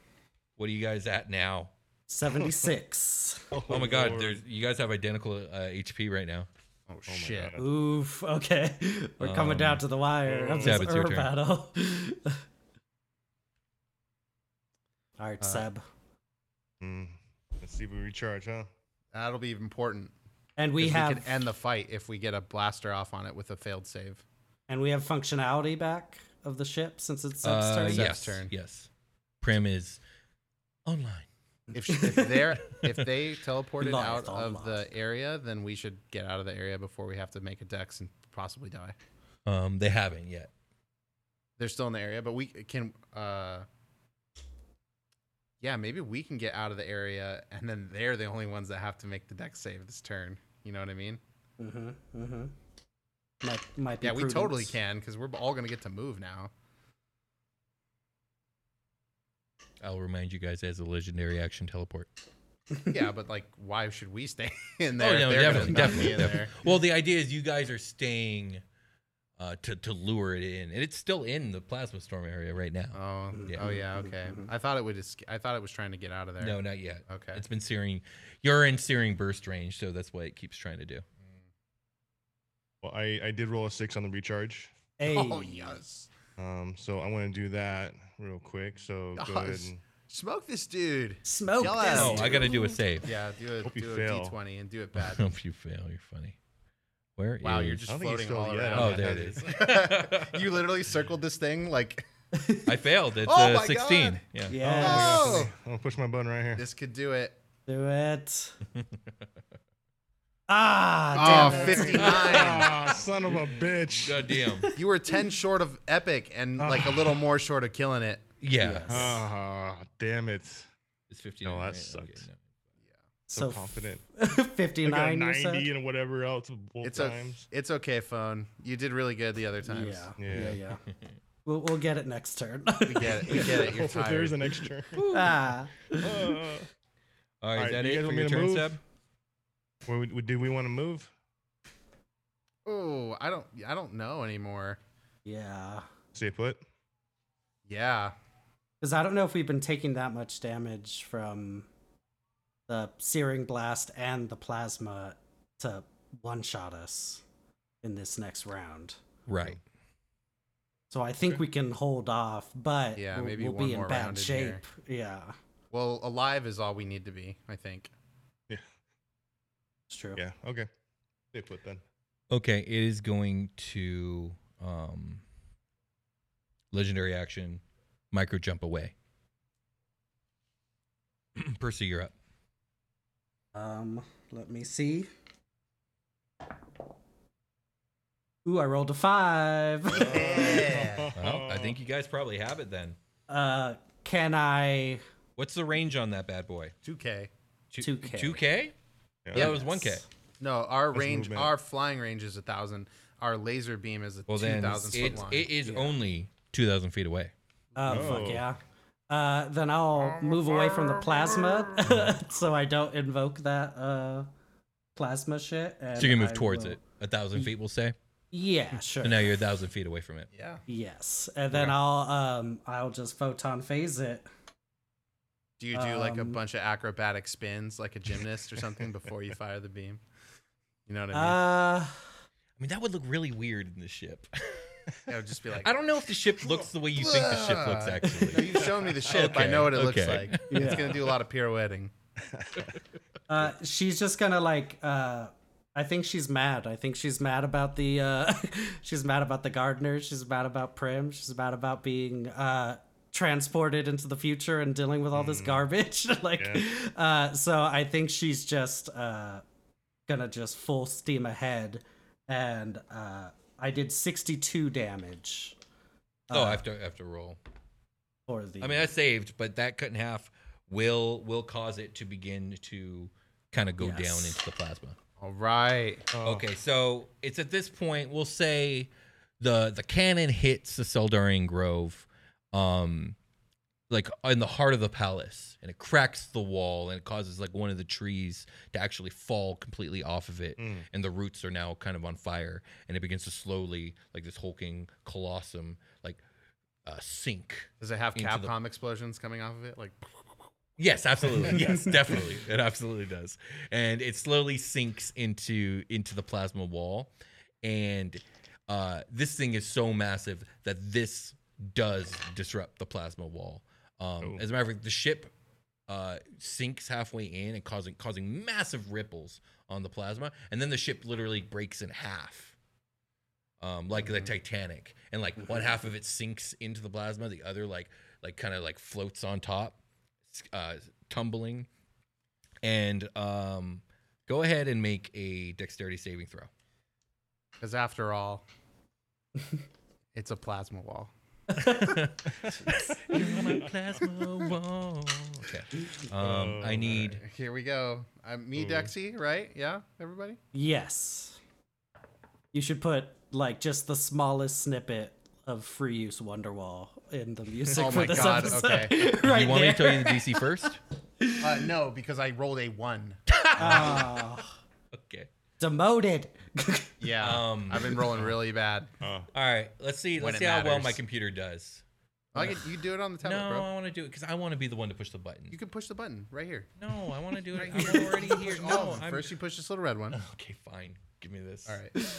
S1: What are you guys at now?
S3: Seventy six.
S1: Oh, my god, there's, you guys have identical uh, HP right now.
S4: Oh, shit!
S2: God.
S3: Oof. Okay. We're coming down to the wire of this
S1: Seb, Um, it's your
S3: herb
S1: turn.
S3: battle. All right,
S4: Uh,
S3: Seb.
S2: Mm, let's see if we recharge, huh?
S4: That'll be important.
S3: And
S4: 'cause
S3: we have
S4: we could end the fight if we get a blaster off on it with a failed save.
S3: and we have functionality back of the ship since it's Seb's
S1: Uh,
S3: turn.
S4: Seb's
S1: yes.
S4: turn.
S1: Yes. Prim is online.
S4: If, sh- if they're if they teleported
S3: Live,
S4: out
S3: all
S4: of the
S3: live.
S4: area, then we should get out of the area before we have to make a dex and possibly die.
S1: Um, they haven't yet.
S4: They're still in the area, but we can. uh Yeah, maybe we can get out of the area, and then they're the only ones that have to make the dex save this turn. You know what I mean?
S3: Mm-hmm. Mm-hmm. Might, might be
S4: Yeah, we totally
S3: prudent.
S4: can because we're all gonna get to move now.
S1: I'll remind you guys as a legendary action teleport.
S4: yeah, but like, why should we stay in there?
S1: Oh no,
S4: They're gonna
S1: definitely,
S4: not be
S1: definitely,
S4: in
S1: definitely. Well, the idea is you guys are staying uh, to to lure it in, and it's still in the plasma storm area right now.
S4: Oh,
S1: Yeah.
S4: oh yeah, okay.
S2: Mm-hmm.
S4: I thought it would. esca- I thought it was trying to get out of there.
S1: No, not yet.
S4: Okay.
S1: It's been searing. You're in searing burst range, so that's what it keeps trying to do.
S2: Well, I, I did roll a six on the recharge.
S3: Hey.
S4: Oh yes.
S2: Um, so I want to do that real quick. So go ahead
S4: Nice.
S2: and
S4: Smoke this dude.
S3: Smoke
S4: Yell
S3: this.
S4: out.
S1: Oh, I gotta do a
S3: dude.
S1: save.
S4: Yeah, do a
S2: Hope you
S4: do a
S2: fail.
S4: D20 and do it bad.
S1: if you fail, you're funny. Where
S4: Wow, you're
S1: is-
S4: just
S2: I don't think he's
S4: floating all
S2: still- yeah,
S4: around.
S1: Oh, there it is.
S4: you literally circled this thing like.
S1: I failed. It's
S4: Oh
S1: uh,
S4: my
S1: 16.
S4: God.
S1: Yeah.
S3: Yes.
S4: Oh,
S2: I'm gonna push my button right here.
S4: this could do it.
S3: Do it. ah,
S4: Oh,
S3: damn it.
S4: 59.
S2: Ah, son of a bitch.
S1: God damn.
S4: you were 10 short of epic and like a little more short of killing it.
S1: Yeah.
S2: Ah, damn it.
S1: It's 15.
S2: No, that
S1: right?
S2: sucked.
S1: no.
S2: So,
S3: So
S2: confident. I got
S3: 59, you
S2: 90
S3: said?
S2: and whatever else both
S4: It's a,
S2: times.
S4: it's okay, phone. You did really good the other times.
S3: Yeah.
S2: Yeah.
S3: Yeah, yeah. We'll, we'll get it next turn.
S4: We get it. We get it. You're
S2: Hopefully there's
S4: tired.
S2: an extra.
S3: ah,
S2: uh,
S1: All right,
S2: All
S1: is
S2: right,
S1: that
S2: you
S1: it
S2: guys
S1: for
S2: want me
S1: your
S2: to
S1: turn,
S2: move?
S1: Seb?
S2: where we, do we want to move?
S4: Oh, I don't I don't know anymore.
S3: yeah.
S2: Stay put.
S4: Yeah.
S3: Because I don't know if we've been taking that much damage from the searing blast and the plasma to one shot us in this next round.
S1: Right.
S3: So I think we can hold off, but
S4: Yeah,
S3: we'll,
S4: maybe
S3: we'll
S4: one
S3: be in
S4: more
S3: bad
S4: round in
S3: shape.
S4: here.
S3: Yeah,
S4: Well, alive is all we need to be, I think.
S3: it's true.
S2: Yeah. Okay. Stay put then.
S1: Okay, it is going to um, legendary action, micro jump away. Percy, you're up.
S3: Um, let me see. Ooh, I rolled a five.
S1: Well, I think you guys probably have it then.
S3: uh, can I?
S1: What's the range on that bad boy?
S4: 2K.
S1: Two-
S3: 2K.
S1: 2K?
S2: Yeah.
S1: Yeah, it was 1K.
S3: Yes.
S4: No, our
S2: That's
S4: range,
S2: movement.
S4: our flying range is a thousand. Our laser beam is a
S1: Well,
S4: two
S1: then
S4: thousand foot
S1: it's,
S4: line.
S1: it is only 2,000 feet away.
S3: Oh
S2: No.
S3: fuck yeah. Uh, then I'll move away from the plasma, so I don't invoke that uh plasma shit. And
S1: So you can move
S3: I
S1: towards
S3: will-
S1: it. A thousand feet, we'll say.
S3: Yeah, sure.
S1: And now you're a thousand feet away from it.
S4: yeah.
S3: Yes, and then I'll um I'll just photon phase it.
S4: Do you do like a
S3: Um,
S4: bunch of acrobatic spins, like a gymnast or something, before you fire the beam? You know what I mean?
S3: Uh,
S1: I mean, that would look really weird in the ship.
S4: it would just be like.
S1: I don't know if the ship looks the way you think the ship looks,
S4: "Blah."
S1: actually.
S4: No, you've shown me the ship. I
S1: Okay,
S4: know what it looks
S1: okay.
S4: like. It's
S3: Yeah.
S4: gonna do a lot of pirouetting.
S3: uh, she's just gonna like uh. I think she's mad. I think she's mad about the uh she's mad about the gardener, she's mad about Prim, she's mad about being uh transported into the future and dealing with all
S1: Mm.
S3: this garbage. like uh so I think she's just uh gonna just full steam ahead and uh I did 62 damage
S1: oh, I have to I have to roll.
S3: for the
S1: I mean, I saved, but that cut in half will will cause it to begin to kind of go down
S3: Yes.
S1: into the plasma.
S4: All right.
S1: Okay, so it's at this point we'll say the the cannon hits the Seldarian Grove, um, like in the heart of the palace, and it cracks the wall and it causes like one of the trees to actually fall completely off of it, and the roots are now kind of on fire, and it begins to slowly like this hulking colossum like uh, sink.
S4: Does it have
S1: Into the-
S4: Capcom explosions coming off of it? Like,
S1: Yes, absolutely. Yes, definitely. It absolutely does. And it slowly sinks into into the plasma wall. And uh, this thing is so massive that this does disrupt the plasma wall. Um, as a matter of fact, the ship uh, sinks halfway in and causing causing massive ripples on the plasma, and then the ship literally breaks in half, um, like the Titanic, and like one half of it sinks into the plasma, the other like like kind of like floats on top, s- uh, tumbling, and um, go ahead and make a dexterity saving throw.
S4: because after all, it's a plasma wall.
S1: plasma wall. Okay. Um, I need.
S4: Here we go. I'm me, Dexy, right? Yeah, everybody.
S3: Yes. You should put like just the smallest snippet of free use Wonderwall in the music
S4: Oh
S3: for
S4: my
S3: this
S4: God,
S3: episode.
S4: okay.
S3: right
S1: You want me to
S3: there.
S1: tell you the DC first?
S4: Uh, no, because I rolled a one.
S1: Okay.
S3: demoted.
S4: Yeah,
S1: Um, Uh,
S4: I've been rolling really bad.
S1: All right, let's see.
S4: When
S1: Let's
S4: it
S1: see how well
S4: matters.
S1: my computer does.
S4: I could, you do it on the tablet,
S1: no,
S4: bro.
S1: I want to do it because I want to be the one to push the button.
S4: You can push the button right here.
S1: no, I want to do it.
S4: Right
S1: I'm
S4: here.
S1: already here.
S4: Push all
S1: No,
S4: of them.
S1: Oh, I'm.
S4: Oh, First, you push this little red one.
S1: okay, fine. Give me this.
S4: All right.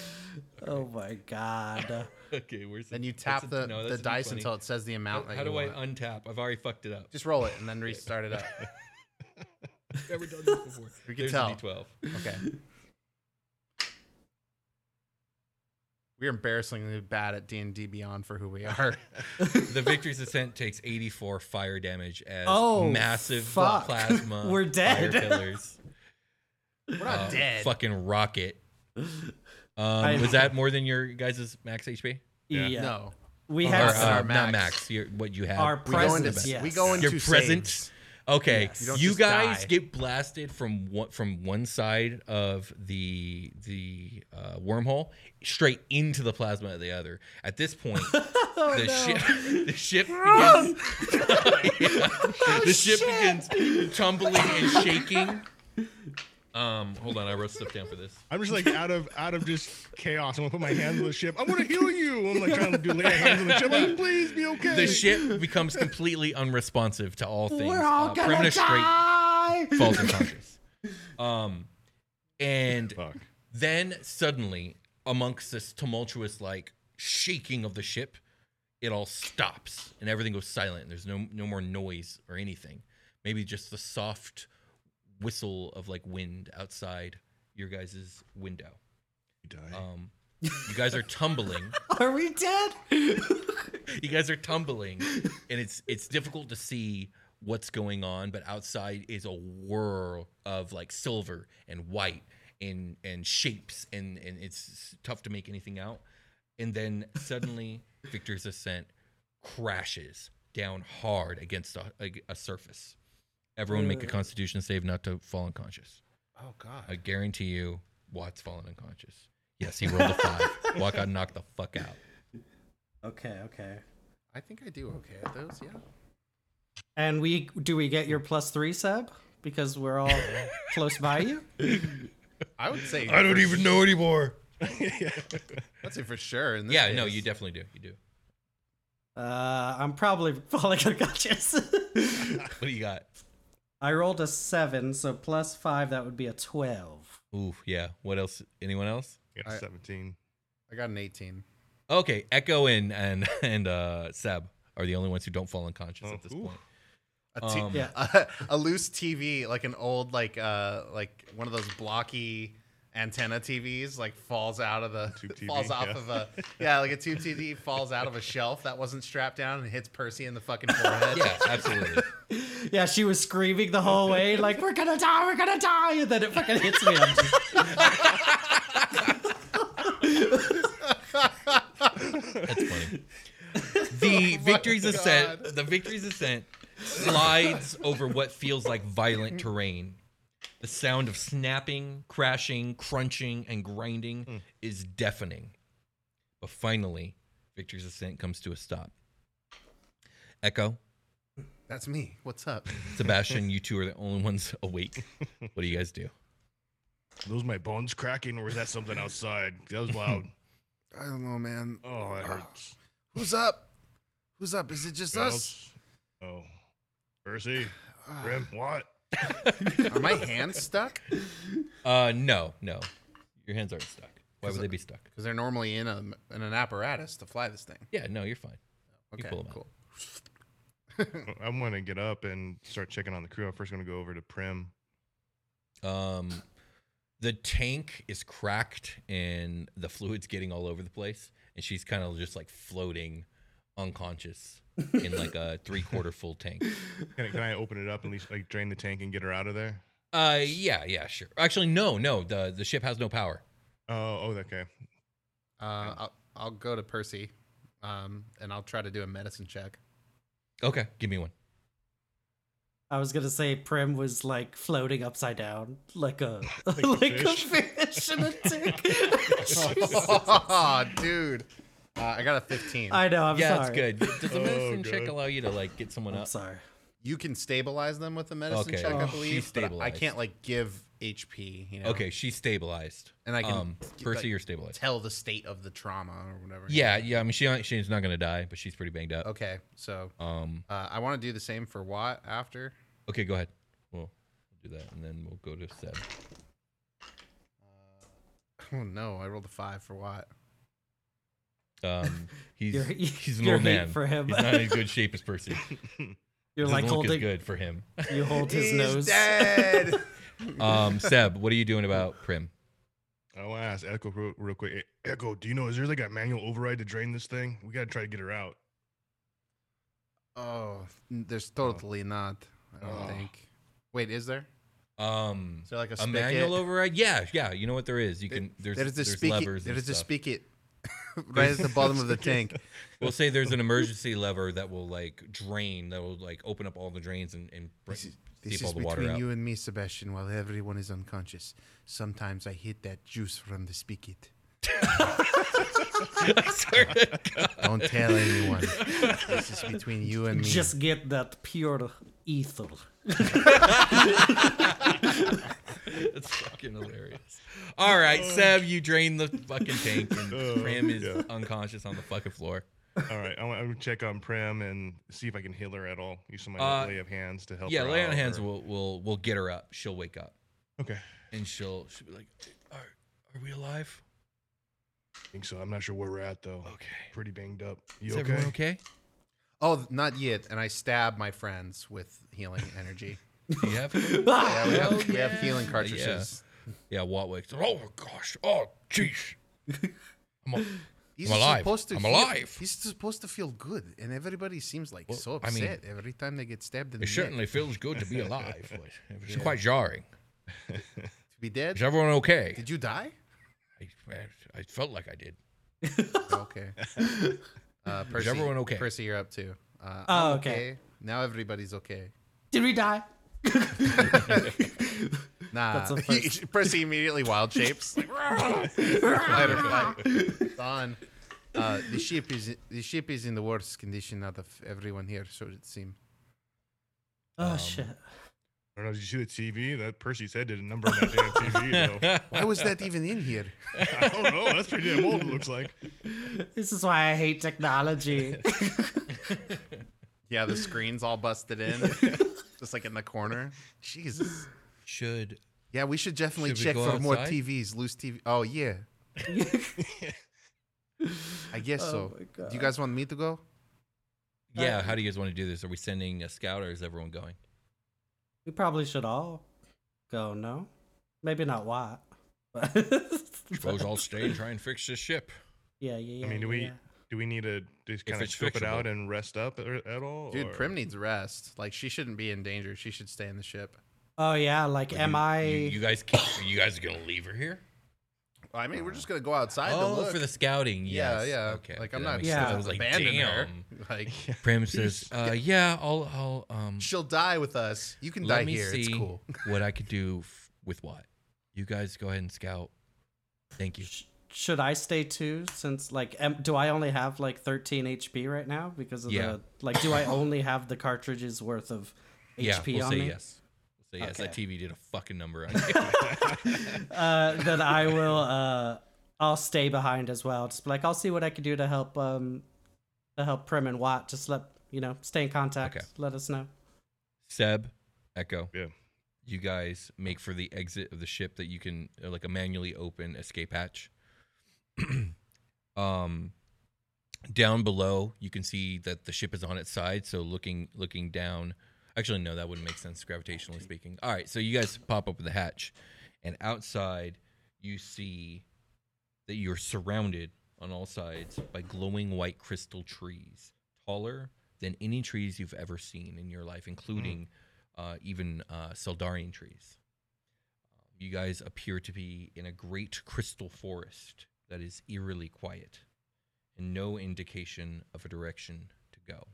S3: Oh my god.
S1: Okay, where's the?
S4: Then you
S1: that's
S4: tap
S1: a-
S4: the,
S1: no,
S4: the
S1: that's a
S4: dice
S1: D20.
S4: until it says the amount. that
S1: How
S4: you
S1: do I
S4: want.
S1: untap? I've already fucked it up.
S4: Just roll it and then restart it up.
S1: never done this before.
S4: We can
S1: There's
S4: tell.
S1: a D12.
S4: Okay. We're embarrassingly bad at D and D Beyond for who we are.
S1: The Victory's Ascent takes 84 fire damage as
S3: Oh,
S1: massive
S3: fuck.
S1: plasma.
S3: We're dead.
S1: Fire pillars.
S4: We're not
S1: uh,
S4: dead.
S1: Fucking rocket. Um, was that more than your guys' max HP?
S3: Yeah.
S4: No,
S3: We
S1: Or,
S3: have
S4: That's our
S1: uh, not
S4: max.
S1: max. Your, what you have.
S3: our
S4: we go into
S3: presence.
S4: s-
S3: yes.
S4: we go into
S1: your present.
S4: saves.
S1: Okay,
S3: Yes. You
S4: don't
S1: you
S4: just
S1: guys
S4: die.
S1: get blasted from one from one side of the the uh, wormhole straight into the plasma of the other. At this point,
S3: Oh,
S1: the ship the ship begins,
S3: Oh,
S1: the ship begins tumbling and shaking. Um, hold on, I wrote stuff down for this.
S2: I'm just like out of out of just chaos. I'm gonna put my hands on the ship. I'm gonna heal you. I'm like trying to do lay hands on the ship. Like, please be okay.
S1: The ship becomes completely unresponsive to all things.
S3: We're all
S1: Uh,
S3: gonna
S1: Perimeter
S3: die.
S1: falls unconscious. Um, and
S2: Fuck.
S1: then suddenly, amongst this tumultuous like shaking of the ship, it all stops and everything goes silent. And there's no no more noise or anything. Maybe just the soft whistle of like wind outside your guys' window.
S2: You die.
S1: Um, you guys are tumbling.
S3: Are we dead?
S1: you guys are tumbling, and it's it's difficult to see what's going on. But outside is a whirl of like silver and white and and shapes, and and it's tough to make anything out. And then suddenly, Victor's ascent crashes down hard against a, a, a surface. Everyone make a Constitution save not to fall unconscious.
S4: Oh
S1: I
S4: god.
S1: guarantee you, Watt's fallen unconscious. Yes, he rolled a five. Watt got knocked the fuck out.
S3: Okay, okay.
S4: I think I do okay at those. Yeah.
S3: And we do we get your plus three sub because we're all close by you?
S4: I would say.
S2: I don't
S4: for
S2: even
S4: su-
S2: know anymore.
S4: I'd say for sure. In this
S1: Yeah, no,
S4: case.
S1: you definitely do. You do.
S3: Uh, I'm probably falling unconscious.
S1: What do you got?
S3: I rolled a seven, so plus five that would be a twelve.
S1: Ooh, yeah. What else? Anyone else?
S2: Yeah,
S4: I-
S2: 17.
S4: I got an 18.
S1: Okay, Echo and and and uh, Seb are the only ones who don't fall unconscious
S2: Oh,
S1: at this
S2: ooh.
S1: point.
S4: A, t-
S1: Um,
S3: Yeah.
S4: a, a loose TV, like an old, like uh, like one of those blocky antenna TVs, like falls out of the
S2: Tube TV,
S4: falls off
S2: yeah.
S4: of a yeah, like a tube TV falls out of a shelf that wasn't strapped down and hits Percy in the fucking forehead.
S1: Yeah, absolutely.
S3: Yeah, she was screaming the whole way, like "We're gonna die, we're gonna die," and then it fucking hits me. I'm just-
S1: That's funny. The victory's ascent. The victory's ascent slides over what feels like violent terrain. The sound of snapping, crashing, crunching, and grinding is deafening. But finally, Victor's ascent comes to a stop. Echo,
S4: That's me. What's up?
S1: Sebastian, you two are the only ones awake. What do you guys do?
S2: Are those my bones cracking, or is that something outside? That was loud.
S4: I don't know, man.
S2: Oh, that hurts.
S4: Who's up? Who's up? Is it just
S2: Oh, Percy, Grim, what?
S4: Are my hands stuck?
S1: Uh, no, no, your hands aren't stuck. Why would they be stuck?
S4: Because they're normally in a in an apparatus to fly this thing.
S1: Yeah, no, you're fine. You
S4: Okay,
S1: pull 'em out.
S4: cool.
S2: I'm gonna get up and start checking on the crew. I'm first gonna go over to Prim.
S1: Um, the tank is cracked and the fluid's getting all over the place, and she's kind of just like floating, unconscious in like a three quarter full tank.
S2: Can I, can I open it up and at least like drain the tank and get her out of there?
S1: Uh, yeah, yeah, sure. Actually, no, no, the the ship has no power.
S2: Oh, oh, okay.
S4: Uh, I'll, I'll go to Percy, um, and I'll try to do a medicine check.
S1: Okay, give me one.
S3: I was gonna say Prim was like floating upside down, like a like,
S2: a
S3: a
S2: fish.
S3: fish in a tank.
S4: oh, dude. Uh, I got a 15.
S3: I know. I'm
S1: yeah,
S3: sorry.
S1: it's good. Does the
S2: Oh,
S1: medicine check
S2: good.
S1: allow you to like get someone
S3: I'm
S1: up?
S3: sorry.
S4: you can stabilize them with the medicine
S1: Okay.
S4: check, I
S1: Oh,
S4: believe.
S1: she's
S4: but I- I
S1: stabilized.
S4: can't like give HP. You know?
S1: Okay, she's stabilized.
S4: And I can,
S1: um, Percy,
S4: like,
S1: you're stabilized.
S4: Tell the state of the trauma or whatever.
S1: Yeah, yeah. I mean, she she's not gonna die, but she's pretty banged up.
S4: Okay. So
S1: Um.
S4: uh, I want to do the same for Watt after.
S1: Okay, go ahead. We'll do that, and then we'll go to Seb.
S4: Oh no, I rolled a five for Watt.
S1: Um, he's
S3: Your-
S1: he's an
S3: your
S1: old
S3: hate
S1: man.
S3: for him.
S1: He's not in good shape as Percy.
S3: You're
S1: look
S3: like
S1: as
S3: holding.
S1: good for him.
S3: You hold his nose.
S4: dead.
S1: Um, Seb, what are you doing about Prim?
S2: I want to ask Echo real, real quick. E- Echo, do you know is there like a manual override to drain this thing? We gotta try to get her out.
S4: oh, there's totally
S1: Oh.
S4: not. I don't
S2: Oh.
S4: think. Wait, is there?
S1: Um,
S4: Is there like a,
S1: a
S4: spigot?
S1: manual override? Yeah, yeah. You know what there is. You
S4: There-
S1: can there's
S4: there's a
S1: there's
S4: spigot.
S1: levers. and
S4: There's a
S1: stuff.
S4: spigot right at the bottom of the tank.
S1: We'll say there's an emergency lever that will like drain that will like open up all the drains and and br-
S4: This is, this
S1: seep
S4: is
S1: all the water
S4: between
S1: out.
S4: you and me, Sebastian. While everyone is unconscious, sometimes I hit that juice from the spigot.
S1: I swear to God.
S4: Don't tell anyone. this is between you and me.
S3: Just get that pure ether.
S1: That's fucking hilarious. All right, Seb, you drain the fucking tank, and
S2: Oh,
S1: Prim is
S2: yeah.
S1: unconscious on the fucking floor.
S2: All right, I want to check on Prim and see if I can heal her at all. Use some of
S1: Uh,
S2: my lay of hands to help.
S1: yeah,
S2: her
S1: lay on
S2: out
S1: hands
S2: or-
S1: will will will get her up. She'll wake up,
S2: Okay,
S1: and she'll she'll be like, "Are are we alive?
S2: I think so. I'm not sure where we're at though.
S1: Okay.
S2: Pretty banged up.
S1: Is
S2: You okay?
S1: everyone okay?
S4: Oh, not yet. And I stab my friends with healing energy.
S1: Do you have?"
S4: yeah, we have,
S1: Oh,
S4: we have healing
S1: yeah.
S4: cartridges.
S1: Yeah, Watt wakes. up, Oh gosh. Oh jeez. I'm a-
S4: He's
S1: I'm alive.
S4: supposed to
S1: I'm
S4: feel-
S1: alive.
S4: He's supposed to feel good, and everybody seems like
S1: Well,
S4: so
S1: I mean,
S4: upset every time they get stabbed in the
S1: It
S4: neck.
S1: certainly feels good to be alive. But it's quite jarring.
S4: to be dead.
S1: Is everyone okay?
S4: Did you die?
S1: I, I felt like I did.
S4: okay. Uh, Percy,
S1: everyone okay?
S4: Percy, you're up too. Uh,
S3: Oh,
S4: I'm
S3: okay.
S4: Now everybody's okay.
S3: Did we die?
S4: Nah.
S3: That's a first.
S4: Percy immediately wild shapes. Like, fight or flight. It's on. Uh, the ship is the ship is in the worst condition out of everyone here, so it seems.
S3: Oh
S1: Um,
S3: shit!
S2: I don't know. Did you see the TV? That Percy's head did a number on that damn TV though.
S4: Why was that even in here?
S2: I don't know. That's pretty damn old. It looks like.
S3: This is why I hate technology.
S4: Yeah, the screen's all busted in, just like in the corner. Jesus.
S1: Should
S4: Yeah, we should definitely
S1: Should we
S4: check for
S1: go
S4: more
S1: outside?
S4: TVs, loose TV. Oh yeah, I guess
S3: Oh
S4: so.
S3: my
S4: Do you
S3: God.
S4: guys want me to go?
S1: yeah? How do you guys want to do this? Are we sending a scout or is everyone going?
S3: we probably should all go. No, maybe not Watt. but-
S1: Suppose I'll stay and try and fix this ship.
S3: yeah, yeah, yeah.
S2: I mean, do
S3: yeah,
S2: we
S3: yeah.
S2: do we need to just
S1: If
S2: kind of
S1: it's
S2: scope it out
S1: fixable.
S2: and rest up or- at all?
S4: Dude,
S2: or-
S4: Prim needs rest. Like she shouldn't be in danger. She should stay in the ship.
S3: Oh yeah, like
S1: But
S3: am
S1: you-
S3: I?
S1: You, you guys can't. You guys are gonna leave her here?
S4: I mean, we're just gonna go outside. to
S1: oh,
S4: look.
S1: for the scouting.
S4: yeah,
S1: yes.
S4: yeah.
S1: Okay.
S4: Like
S1: okay,
S4: I'm
S1: that
S4: not.
S1: makes
S4: just
S1: sense.
S4: gonna
S1: I was like,
S4: abandon
S1: damn.
S4: her. Like
S1: Prim says, uh, "Yeah, I'll, I'll, um,
S4: she'll die with us. You can
S1: let
S4: die
S1: me
S4: here.
S1: see
S4: It's cool.
S1: what I could do f- with what. You guys go ahead and scout. Thank you.
S3: Sh- should I stay too? Since like, am, do I only have like 13 HP right now because of
S1: Yeah.
S3: the like? Do I only have the cartridges worth of HP
S1: yeah, we'll
S3: on
S1: say
S3: me?
S1: yes. We'll say yes. That
S3: Okay.
S1: TV did a fucking number on you.
S3: Uh, then I will. Uh, I'll stay behind as well. Just be like, I'll see what I can do to help. Um, to help Prim and Watt. Just let you know, stay in contact.
S1: Okay.
S3: Let us know.
S1: Seb, Echo,
S2: Yeah.
S1: you guys make for the exit of the ship that you can, uh, like, a manually open escape hatch. um, down below, you can see that the ship is on its side. So looking, looking down. Actually, no, that wouldn't make sense gravitationally speaking. All right, so you guys pop open the hatch, and outside, you see that you're surrounded on all sides by glowing white crystal trees, taller than any trees you've ever seen in your life, including uh, even uh, Seldarian trees. You guys appear to be in a great crystal forest that is eerily quiet and no indication of a direction to go.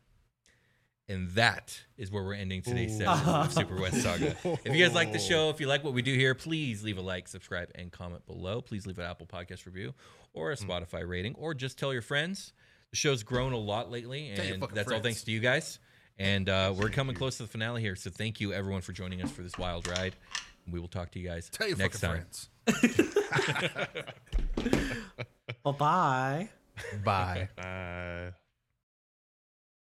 S1: And that is where we're ending today's
S2: Ooh.
S1: session of Super West Saga. If you guys like the show, if you like what we do here, please leave a like, subscribe, and comment below. Please leave an Apple Podcast review or a
S4: Hmm.
S1: Spotify rating, or just tell your friends. The show's grown a lot lately,
S4: Tell your
S1: and
S4: fucking
S1: that's all
S4: friends.
S1: thanks to you guys. And uh, we're coming close to the finale here, so thank you everyone for joining us for this wild ride. We will talk to you guys
S4: Tell your
S1: next
S4: fucking
S1: time.
S3: Well, bye.
S4: friends. Bye.
S2: Uh,